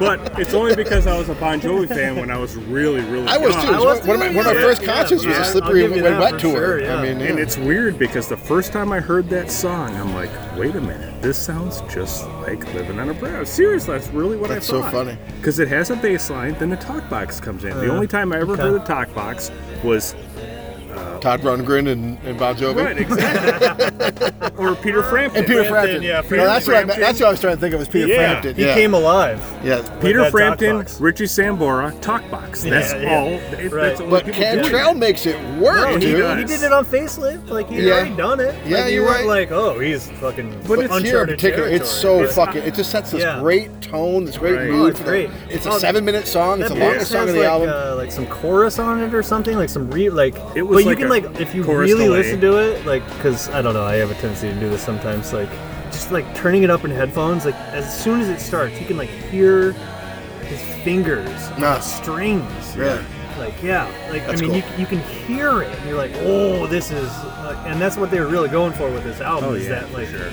Speaker 3: But it's only because I was a Bon Jovi fan when I was really, really
Speaker 1: I was too.
Speaker 3: young.
Speaker 1: It was one of my, one of my
Speaker 2: yeah.
Speaker 1: first
Speaker 2: Yeah,
Speaker 1: concerts was
Speaker 2: yeah.
Speaker 1: a
Speaker 2: I'll
Speaker 1: Slippery
Speaker 2: give you
Speaker 1: When
Speaker 2: that
Speaker 1: Wet
Speaker 2: for
Speaker 1: tour.
Speaker 2: sure, yeah.
Speaker 1: I mean,
Speaker 3: And
Speaker 1: yeah.
Speaker 3: it's weird because the first time I heard that song, I'm like, wait a minute, this sounds just like Living on a Prayer. Seriously, that's really what
Speaker 1: That's
Speaker 3: I
Speaker 1: so
Speaker 3: thought.
Speaker 1: funny. Uh,
Speaker 3: Because it has a bass line, then the talk box comes in. the
Speaker 2: Yeah.
Speaker 3: only time I ever
Speaker 2: Okay.
Speaker 3: heard the talk box was,
Speaker 1: Todd Rundgren and, and Bon Jovi.
Speaker 3: right, exactly. or Peter Frampton.
Speaker 1: And Peter
Speaker 2: Frampton,
Speaker 1: Frampton.
Speaker 2: yeah,
Speaker 1: No,
Speaker 2: Peter
Speaker 1: that's, what I, meant- that's what I was trying to think of was Peter
Speaker 3: Yeah.
Speaker 1: Frampton.
Speaker 2: He
Speaker 1: yeah.
Speaker 2: came alive.
Speaker 1: yeah.
Speaker 3: Peter
Speaker 2: that talk
Speaker 3: Frampton,
Speaker 2: box.
Speaker 3: Richie Sambora, talk box. That's
Speaker 2: Yeah, yeah.
Speaker 3: all.
Speaker 2: Right.
Speaker 3: It- That's all
Speaker 1: But
Speaker 3: people do it.
Speaker 1: Cantrell makes it work,
Speaker 3: No, he
Speaker 1: dude.
Speaker 3: does.
Speaker 2: He did it on facelift. Like he would
Speaker 1: Yeah.
Speaker 2: already done it.
Speaker 1: Yeah,
Speaker 2: like, you
Speaker 1: you're
Speaker 2: weren't
Speaker 1: right.
Speaker 2: Like oh, he's fucking.
Speaker 1: But it's here in
Speaker 2: uncharted
Speaker 1: particular. It's so
Speaker 2: territory.
Speaker 1: fucking. It just sets this
Speaker 2: Yeah.
Speaker 1: great tone, this great
Speaker 3: Right.
Speaker 1: mood.
Speaker 2: Oh, it's
Speaker 1: for the-
Speaker 2: great.
Speaker 1: It's a
Speaker 2: Oh,
Speaker 1: seven-minute song. It's
Speaker 2: That
Speaker 1: the
Speaker 2: box
Speaker 1: longest song
Speaker 2: has
Speaker 1: of the
Speaker 2: like,
Speaker 1: album.
Speaker 2: uh, like some chorus on it or something, like some re like.
Speaker 3: It
Speaker 2: but
Speaker 3: was like
Speaker 2: you can
Speaker 3: a
Speaker 2: like if you
Speaker 3: chorus
Speaker 2: really
Speaker 3: delay.
Speaker 2: listen to it, like because I don't know, I have a tendency to do this sometimes, like just like turning it up in headphones, like as soon as it starts, you can like hear his fingers on
Speaker 1: Nah.
Speaker 2: the strings.
Speaker 1: Really?
Speaker 2: Like yeah, like
Speaker 1: That's
Speaker 2: I mean,
Speaker 1: cool.
Speaker 2: you, you can hear it, and you're like, oh, this is, like, and that's what they were really going for with this album
Speaker 3: Oh,
Speaker 2: is
Speaker 3: yeah,
Speaker 2: that
Speaker 3: for
Speaker 2: like
Speaker 3: sure.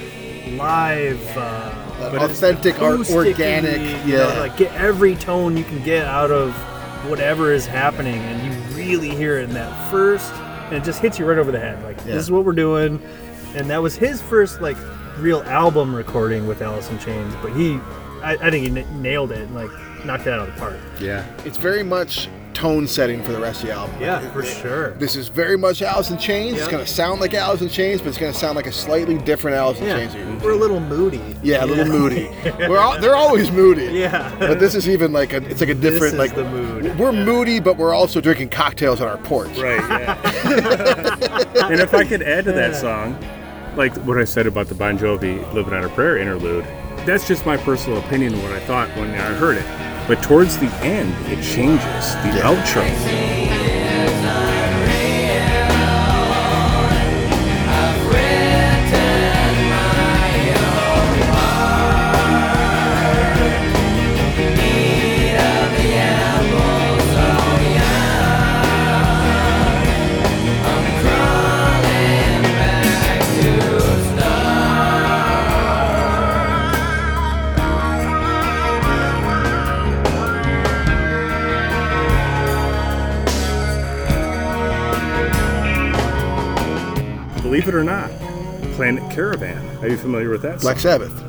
Speaker 2: live. Uh, but it's
Speaker 1: authentic, or-
Speaker 2: acoustic-y,
Speaker 1: organic, yeah.
Speaker 2: You know, like get every tone you can get out of whatever is happening, and you really hear it in that first, and it just hits you right over the head. Like
Speaker 1: Yeah.
Speaker 2: this is what we're doing, and that was his first like real album recording with Alice in Chains. But he, I, I think he n- nailed it and like knocked that out of the park.
Speaker 3: Yeah.
Speaker 1: it's very much tone setting for the rest of the album.
Speaker 2: Yeah, for sure.
Speaker 1: This is very much Alice in Chains. It's
Speaker 2: Yeah.
Speaker 1: gonna sound like Alice in Chains, but it's gonna sound like a slightly different Alice in Chains.
Speaker 2: Yeah, we're a little moody.
Speaker 1: Yeah, a little moody. We're all, they're always moody.
Speaker 2: Yeah.
Speaker 1: But this is even like a, it's like a different
Speaker 2: This is
Speaker 1: like
Speaker 2: the mood.
Speaker 1: We're moody, but we're also drinking cocktails on our porch.
Speaker 3: Right, yeah. and if I could add to that song, like what I said about the Bon Jovi Living on a Prayer interlude, that's just my personal opinion of what I thought when I heard it. But towards the end, it changes. The outro. Believe it or not, Planet Caravan. Are you familiar with that?
Speaker 1: Black
Speaker 3: song?
Speaker 1: Sabbath.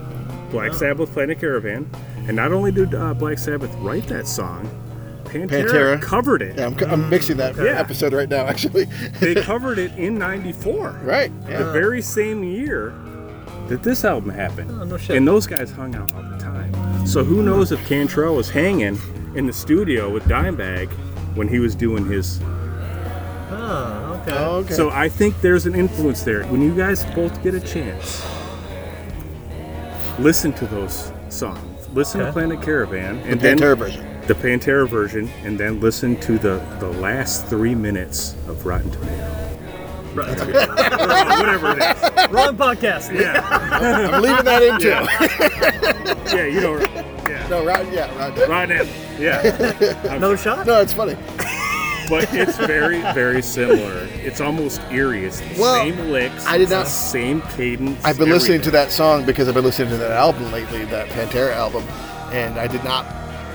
Speaker 3: Black Sabbath, Planet Caravan. And not only did uh, Black Sabbath write that song, Pantera,
Speaker 1: Pantera.
Speaker 3: covered it.
Speaker 1: Yeah, I'm, I'm mixing that
Speaker 3: Yeah.
Speaker 1: episode right now, actually.
Speaker 3: they covered it in 94.
Speaker 1: right.
Speaker 3: The
Speaker 1: Yeah.
Speaker 3: very same year that this album happened.
Speaker 2: Oh, no shit.
Speaker 3: And those guys hung out all the time. So who knows if Cantrell was hanging in the studio with Dimebag when he was doing his.
Speaker 2: Oh, okay.
Speaker 1: Oh, okay.
Speaker 3: So I think there's an influence there. When you guys both get a chance, listen to those songs. Listen
Speaker 2: Okay.
Speaker 3: to Planet Caravan
Speaker 1: the
Speaker 3: and then
Speaker 1: Pantera version.
Speaker 3: the Pantera version, and then listen to the the last three minutes of Rotten Tomato.
Speaker 2: Rotten Tomato.
Speaker 3: Or whatever it is.
Speaker 2: Uh, Wrong podcast.
Speaker 3: Yeah,
Speaker 1: I'm leaving that in too.
Speaker 3: yeah, you know. Yeah.
Speaker 1: no, right, yeah, right.
Speaker 3: Rotten. Tomato. Yeah.
Speaker 2: Another shot?
Speaker 1: No, it's funny.
Speaker 3: But it's very, very similar. It's almost eerie. It's the
Speaker 1: Well,
Speaker 3: same licks.
Speaker 1: I did
Speaker 3: it's the
Speaker 1: not-
Speaker 3: Same cadence.
Speaker 1: I've been listening to
Speaker 3: everything.
Speaker 1: that song because I've been listening to that album lately, that Pantera album, and I did not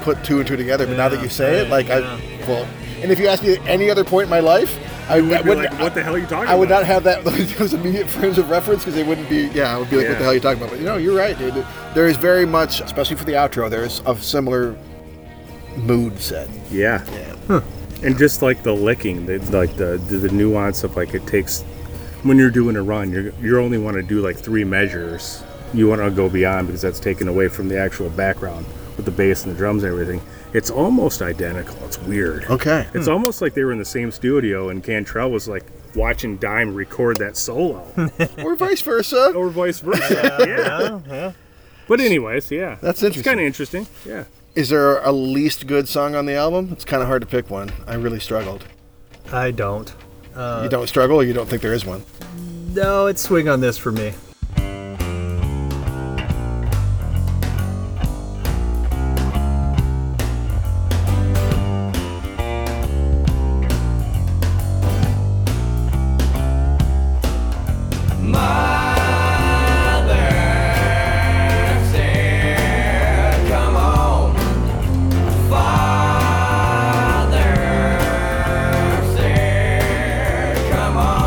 Speaker 1: put two and two together. But now that
Speaker 2: Yeah,
Speaker 1: you say it,
Speaker 2: right,
Speaker 1: like
Speaker 2: yeah.
Speaker 1: I well, and if you asked me at any other point in my life, I would,
Speaker 3: You'd be
Speaker 1: would
Speaker 3: like, what the hell are you talking
Speaker 1: I would
Speaker 3: about?
Speaker 1: not have that those immediate frames of reference because they wouldn't be. Yeah, I would be like, what
Speaker 3: Yeah.
Speaker 1: the hell are you talking about? But you know, you're right, dude. There is very much, especially for the outro, there is a similar mood set.
Speaker 3: Yeah. And just like the licking, the, like the, the the nuance of like it takes when you're doing a run, you you only want to do like three measures. You want to go beyond because that's taken away from the actual background with the bass and the drums and everything. It's almost identical. It's weird.
Speaker 1: Okay.
Speaker 3: It's almost like they were in the same studio and Cantrell was like watching Dime record that solo
Speaker 1: or vice versa.
Speaker 3: or vice versa. yeah.
Speaker 2: Yeah, yeah.
Speaker 3: But anyways, yeah.
Speaker 1: That's
Speaker 3: It's kind of interesting. Yeah.
Speaker 1: Is there a least good song on the album? It's kind of hard to pick one. I really struggled.
Speaker 2: I don't.
Speaker 1: you don't struggle, or you don't think there is one?
Speaker 2: No, it's swing on this for me.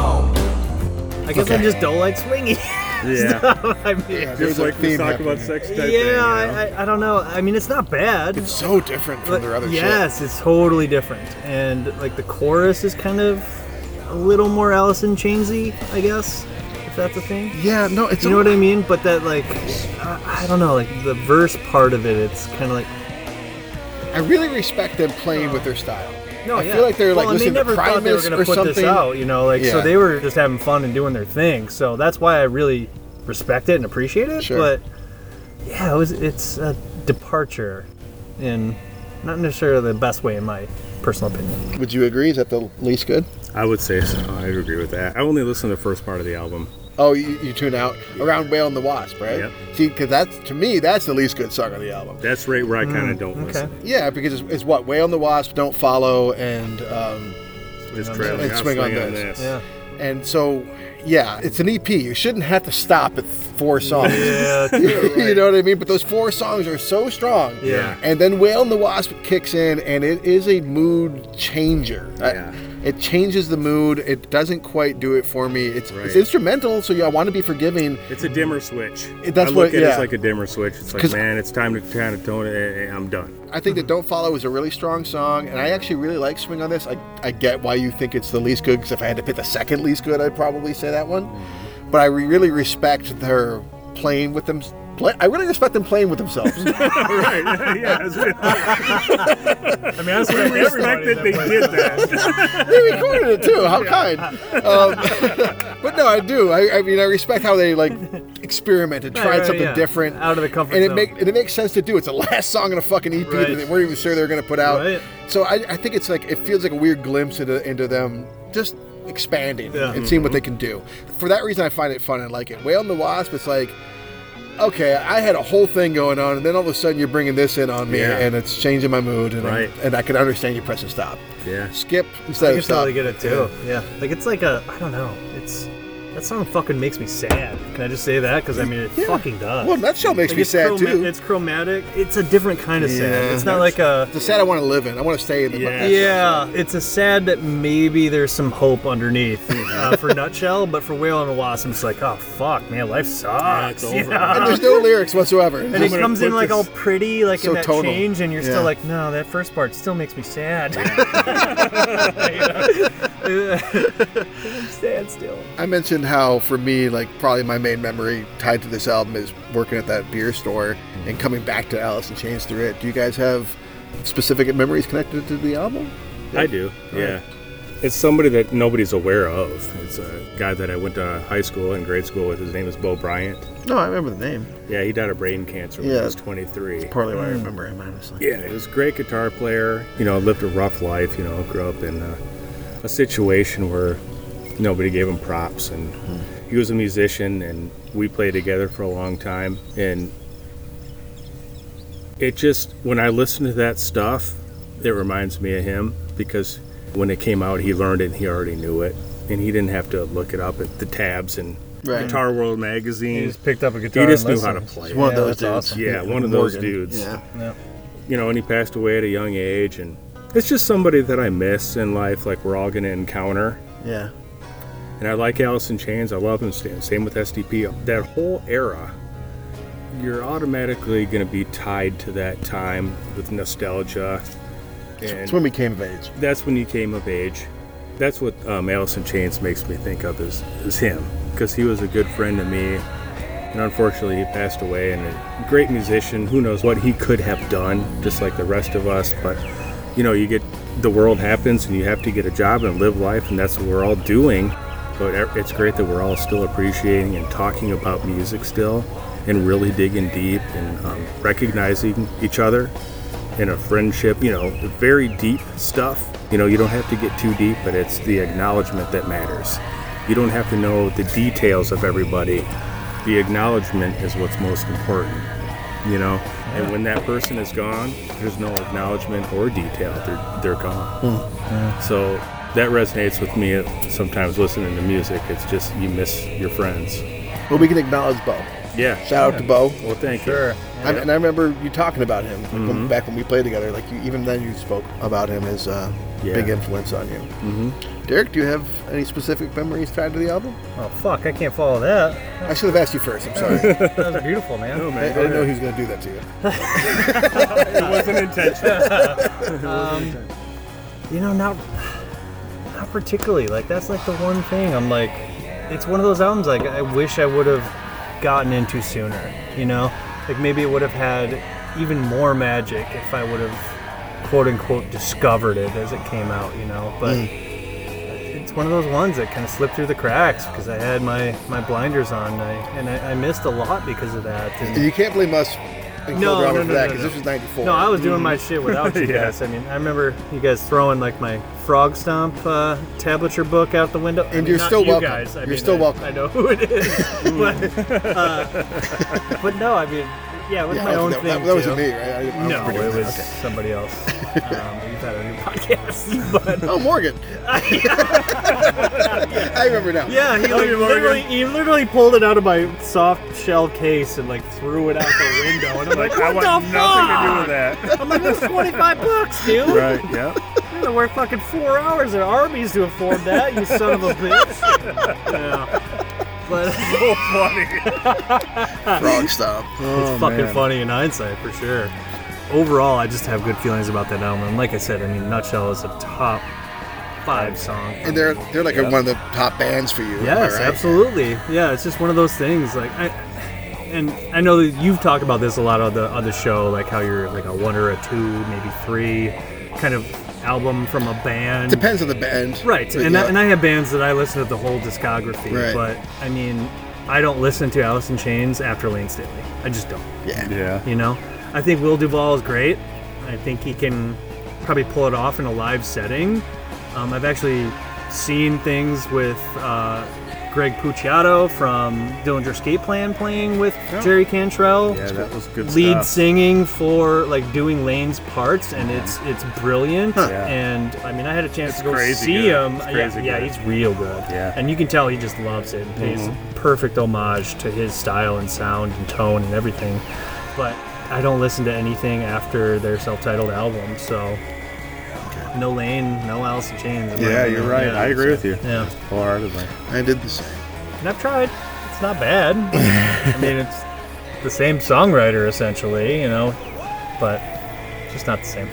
Speaker 2: I guess I
Speaker 1: Okay.
Speaker 2: just don't like swingy.
Speaker 3: Yeah.
Speaker 2: I mean, yeah,
Speaker 1: there's
Speaker 3: Just
Speaker 1: a
Speaker 3: like we
Speaker 1: theme
Speaker 3: talk
Speaker 1: happening
Speaker 3: about
Speaker 1: here.
Speaker 3: sex type thing, you know?
Speaker 2: I, I, I don't know. I mean, it's not bad.
Speaker 1: It's so different from
Speaker 2: But
Speaker 1: their other shit.
Speaker 2: yes, it's totally different. And like the chorus is kind of a little more Allison Chainsy, I guess, if that's a thing.
Speaker 1: Yeah, no, it's
Speaker 2: You know what I mean? But that like, I, I don't know, like the verse part of it, it's kind of like
Speaker 1: I really respect them playing with their style.
Speaker 2: no,
Speaker 1: I
Speaker 2: yeah.
Speaker 1: feel like they're
Speaker 2: well,
Speaker 1: like
Speaker 2: and they
Speaker 1: listening
Speaker 2: never
Speaker 1: to
Speaker 2: thought they were
Speaker 1: Primus
Speaker 2: gonna
Speaker 1: or
Speaker 2: put
Speaker 1: something.
Speaker 2: this out, you know, like so
Speaker 1: Yeah.
Speaker 2: they were just having fun and doing their thing. So that's why I really respect it and appreciate it.
Speaker 1: Sure.
Speaker 2: But yeah, it was it's a departure, in not necessarily the best way in my personal opinion.
Speaker 1: Would you agree? Is that the least good?
Speaker 3: I would say so. I would agree with that. I only listened to the first part of the album.
Speaker 1: Oh, you, you tune out around Whale and the Wasp, right?
Speaker 3: Yep.
Speaker 1: See, because that's to me that's the least good song on the album.
Speaker 3: That's right where I
Speaker 1: Mm,
Speaker 3: kind of don't listen.
Speaker 1: Yeah, because it's, it's what Whale and the Wasp don't follow, and um,
Speaker 3: It's trailing.
Speaker 1: And
Speaker 3: I'm
Speaker 1: swing on
Speaker 3: swinging
Speaker 1: this.
Speaker 2: Yeah.
Speaker 1: and so yeah, it's an EP. You shouldn't have to stop at four songs.
Speaker 2: Yeah.
Speaker 1: you know what I mean? But those four songs are so strong.
Speaker 2: Yeah.
Speaker 1: And then Whale and the Wasp kicks in, and it is a mood changer. I-
Speaker 3: Yeah.
Speaker 1: it changes the mood. It doesn't quite do it for me. It's,
Speaker 3: Right.
Speaker 1: it's instrumental, so yeah, I want to be forgiving.
Speaker 3: It's a dimmer switch.
Speaker 1: It- that's
Speaker 3: I look
Speaker 1: what-
Speaker 3: at it
Speaker 1: yeah.
Speaker 3: as like a dimmer switch. It's like,
Speaker 1: 'Cause-
Speaker 3: man, it's time to kind of tone it. eh, eh, I'm done.
Speaker 1: I think that Don't Follow is a really strong song, and I actually really like Swing on this. I, I get why you think it's the least good, because if I had to pick the second least good, I'd probably say that one. But I re- really respect their playing with them. Play, I really respect them playing with themselves.
Speaker 3: right. yeah. that's it.
Speaker 2: I mean, I was
Speaker 3: I respect that they did that.
Speaker 1: they recorded it too. How kind. Um, but no, I do. I, I mean, I respect how they like experimented, tried
Speaker 2: Right, right,
Speaker 1: something
Speaker 2: yeah.
Speaker 1: different,
Speaker 2: Out of the comfort
Speaker 1: and it
Speaker 2: zone.
Speaker 1: make and it makes sense to do. It's the last song in a fucking EP that
Speaker 2: Right.
Speaker 1: they weren't even sure they were going to put out.
Speaker 2: Right.
Speaker 1: So I, I think it's like it feels like a weird glimpse into, into them just expanding
Speaker 2: Yeah. Mm-hmm.
Speaker 1: and seeing what they can do. For that reason, I find it fun and like it. Whale and the Wasp, it's like. Okay, I had a whole thing going on, and then all of a sudden you're bringing this in on me,
Speaker 3: Yeah.
Speaker 1: and it's changing my mood, and, I'm-
Speaker 3: Right.
Speaker 1: and I can understand you pressing stop
Speaker 3: Yeah.
Speaker 1: skip
Speaker 2: I
Speaker 1: instead
Speaker 2: can
Speaker 1: of stop.
Speaker 2: totally get it too. Yeah. Like it's like a I don't know. It's That song fucking makes me sad. Can I just say that? Because I mean, it fucking does.
Speaker 1: Well, Nutshell makes
Speaker 2: Like,
Speaker 1: me
Speaker 2: it's
Speaker 1: sad
Speaker 2: chroma-
Speaker 1: too.
Speaker 2: It's chromatic. It's a different kind of sad.
Speaker 1: Yeah.
Speaker 2: It's not like a
Speaker 1: It's a sad I want to live in. I want to stay in the
Speaker 3: Yeah.
Speaker 2: yeah. It's a sad that maybe there's some hope underneath uh, for Nutshell, but for Whale and the Wasp, I'm just like, oh fuck, man, life sucks.
Speaker 3: it's over.
Speaker 2: Yeah.
Speaker 1: And there's no lyrics whatsoever.
Speaker 2: And it
Speaker 3: I'm gonna
Speaker 2: comes in
Speaker 3: put
Speaker 2: like
Speaker 3: this-
Speaker 2: all pretty, like
Speaker 1: so
Speaker 2: in that
Speaker 1: tonal.
Speaker 2: change, and you're
Speaker 1: Yeah.
Speaker 2: still like, no, that first part still makes me sad. I'm sad still.
Speaker 1: I mentioned how, for me, like probably my main memory tied to this album is working at that beer store and coming back to Alice in Chains through it. Do you guys have specific memories connected to the album?
Speaker 3: I do. Yeah. It's somebody that nobody's aware of. It's a guy that I went to high school and grade school with. His name is Bo Bryant.
Speaker 1: No, I remember the name.
Speaker 3: Yeah, he died of brain cancer when
Speaker 1: Yeah.
Speaker 3: he was 23.
Speaker 1: Partly why I remember him, honestly.
Speaker 3: Yeah, he was a great guitar player. You know, lived a rough life. You know, grew up in a, a situation where nobody gave him props, and he was a musician, and we played together for a long time. And it just, when I listen to that stuff, it reminds me of him because when it came out, he learned it, and he already knew it, and he didn't have to look it up at the tabs and
Speaker 1: Right.
Speaker 3: Guitar World magazine.
Speaker 2: He
Speaker 3: He,
Speaker 2: just picked up a guitar.
Speaker 3: just
Speaker 2: and
Speaker 3: knew how to
Speaker 2: listened.
Speaker 3: play. it.
Speaker 1: One of
Speaker 2: Yeah,
Speaker 1: those
Speaker 2: that's
Speaker 1: dudes.
Speaker 2: awesome.
Speaker 3: Yeah, one of those
Speaker 1: Morgan.
Speaker 3: dudes
Speaker 1: Yeah.
Speaker 2: Yeah.
Speaker 3: you know, and he passed away at a young age, and it's just somebody that I miss in life. Like we're all gonna encounter,
Speaker 1: Yeah.
Speaker 3: and I like Alice in Chains. I love him. Stan. Same with SDP. That whole era, you're automatically gonna be tied to that time with nostalgia.
Speaker 1: It's
Speaker 3: And
Speaker 1: when we came of age.
Speaker 3: that's when you came of age. That's what um, Alice in Chains makes me think of is, is him, because he was a good friend to me, and unfortunately he passed away. And a great musician, who knows what he could have done, just like the rest of us. But you know, you get the world happens, and you have to get a job and live life, and that's what we're all doing. But e- it's great that we're all still appreciating and talking about music still, and really digging deep and um, recognizing each other in a friendship, you know, very deep stuff. You know, you don't have to get too deep, but it's the acknowledgement that matters. You don't have to know the details of everybody. The acknowledgement is what's most important, you know? And when that person is gone, there's no acknowledgement or detail. They're, they're gone. So that resonates with me sometimes listening to music. It's just you miss your friends.
Speaker 1: Well, we can acknowledge Bo.
Speaker 3: Yeah.
Speaker 1: Shout out to Bo.
Speaker 3: Well, thank
Speaker 2: Sure.
Speaker 3: you.
Speaker 1: I, and I remember you talking about him like, when- back when we played together. Like you, even then, you spoke about him as a
Speaker 3: Yeah.
Speaker 1: big influence on you. Mm-hmm. Derek, do you have any specific memories tied to the album?
Speaker 2: Oh fuck, I can't follow that.
Speaker 1: I should have asked you first. I'm sorry.
Speaker 2: That was beautiful, man.
Speaker 3: No,
Speaker 1: I, I
Speaker 3: man.
Speaker 1: didn't know he was going to do that to you.
Speaker 3: It wasn't intentional.
Speaker 2: you know, not not particularly. Like that's like the one thing I'm like, it's one of those albums like I wish I would have gotten into sooner. You know, like maybe it would have had even more magic if I would have quote unquote discovered it as it came out. You know, but. It's one of those ones that kind of slipped through the cracks because I had my, my blinders on and, I, and I, I missed a lot because of that. And
Speaker 1: You can't blame us and Cold Robert for that because
Speaker 2: no.
Speaker 1: this was '94.
Speaker 2: No, I was doing my shit without you
Speaker 3: Yeah.
Speaker 2: guys. I mean, I remember you guys throwing like my frog stomp uh, tablature book out the window. I mean,
Speaker 1: you're
Speaker 2: not
Speaker 1: still
Speaker 2: you
Speaker 1: welcome.
Speaker 2: Guys. I
Speaker 1: You're
Speaker 2: mean,
Speaker 1: still
Speaker 2: I-
Speaker 1: welcome.
Speaker 2: I know who it is, but, uh, but no, I mean, yeah, it was
Speaker 1: Yeah,
Speaker 2: my
Speaker 1: that-
Speaker 2: own
Speaker 1: that,
Speaker 2: thing.
Speaker 1: that wasn't
Speaker 2: too.
Speaker 1: me, right? I, I
Speaker 2: No,
Speaker 1: remember doing
Speaker 2: it
Speaker 1: that.
Speaker 2: was
Speaker 1: Okay.
Speaker 2: somebody else. Um, we've had a new podcast, but
Speaker 1: Oh, Morgan. I remember now.
Speaker 2: Yeah, he like, literally he literally pulled it out of my soft shell case and like threw it out the window, and I'm like,
Speaker 3: I
Speaker 2: what
Speaker 3: want
Speaker 2: the fuck?
Speaker 3: nothing to do with that.
Speaker 2: I'm like, that's 25 bucks, dude.
Speaker 3: right, yeah.
Speaker 2: You had to work fucking four hours at Arby's to afford that, you son of a bitch. Yeah. But it's
Speaker 3: so funny.
Speaker 1: Frog stop.
Speaker 2: fucking
Speaker 3: man.
Speaker 2: funny in hindsight, for sure. Overall, I just have good feelings about that album. And like I said, I mean, Nutshell is a top five song.
Speaker 1: And they're they're like one of the top bands for you. am I
Speaker 2: Yes,
Speaker 1: right?
Speaker 2: absolutely. Yeah, it's just one of those things. Like, I, and I know that you've talked about this a lot on the on the show, like how you're like a one or a two, maybe three, kind of album from a band.
Speaker 1: Depends on the band.
Speaker 2: Right,
Speaker 1: But
Speaker 2: and,
Speaker 1: yeah.
Speaker 2: I, and I have bands that I listen to the whole discography,
Speaker 1: Right.
Speaker 2: but I mean, I don't listen to Alice in Chains after Lane Staley. I just don't.
Speaker 1: yeah.
Speaker 3: Yeah.
Speaker 2: You know, I think Will Duvall is great. I think he can probably pull it off in a live setting. Um, I've actually seen things with uh, Greg Puciato from Dillinger Escape Plan playing with
Speaker 3: Oh.
Speaker 2: Jerry Cantrell.
Speaker 6: Yeah, that was
Speaker 3: good
Speaker 2: lead
Speaker 3: stuff.
Speaker 2: singing for like doing Lane's parts, and it's it's brilliant.
Speaker 3: Yeah.
Speaker 2: And I mean, I had a chance to go
Speaker 3: crazy
Speaker 2: see
Speaker 3: good.
Speaker 2: him.
Speaker 3: It's
Speaker 2: Yeah,
Speaker 3: crazy
Speaker 2: yeah,
Speaker 3: good.
Speaker 2: he's real good.
Speaker 3: Yeah. Mm-hmm.
Speaker 2: and you can tell he just loves it and pays perfect homage to his style and sound and tone and everything. But I don't listen to anything after their self-titled album, so. No Lane, no Alice in Chains. in my
Speaker 3: Yeah,
Speaker 2: opinion.
Speaker 3: you're right. I agree with you.
Speaker 2: Yeah.
Speaker 3: Wholeheartedly.
Speaker 1: I did the same.
Speaker 2: And I've tried. It's not bad. I mean, it's the same songwriter essentially, you know, but just not the same.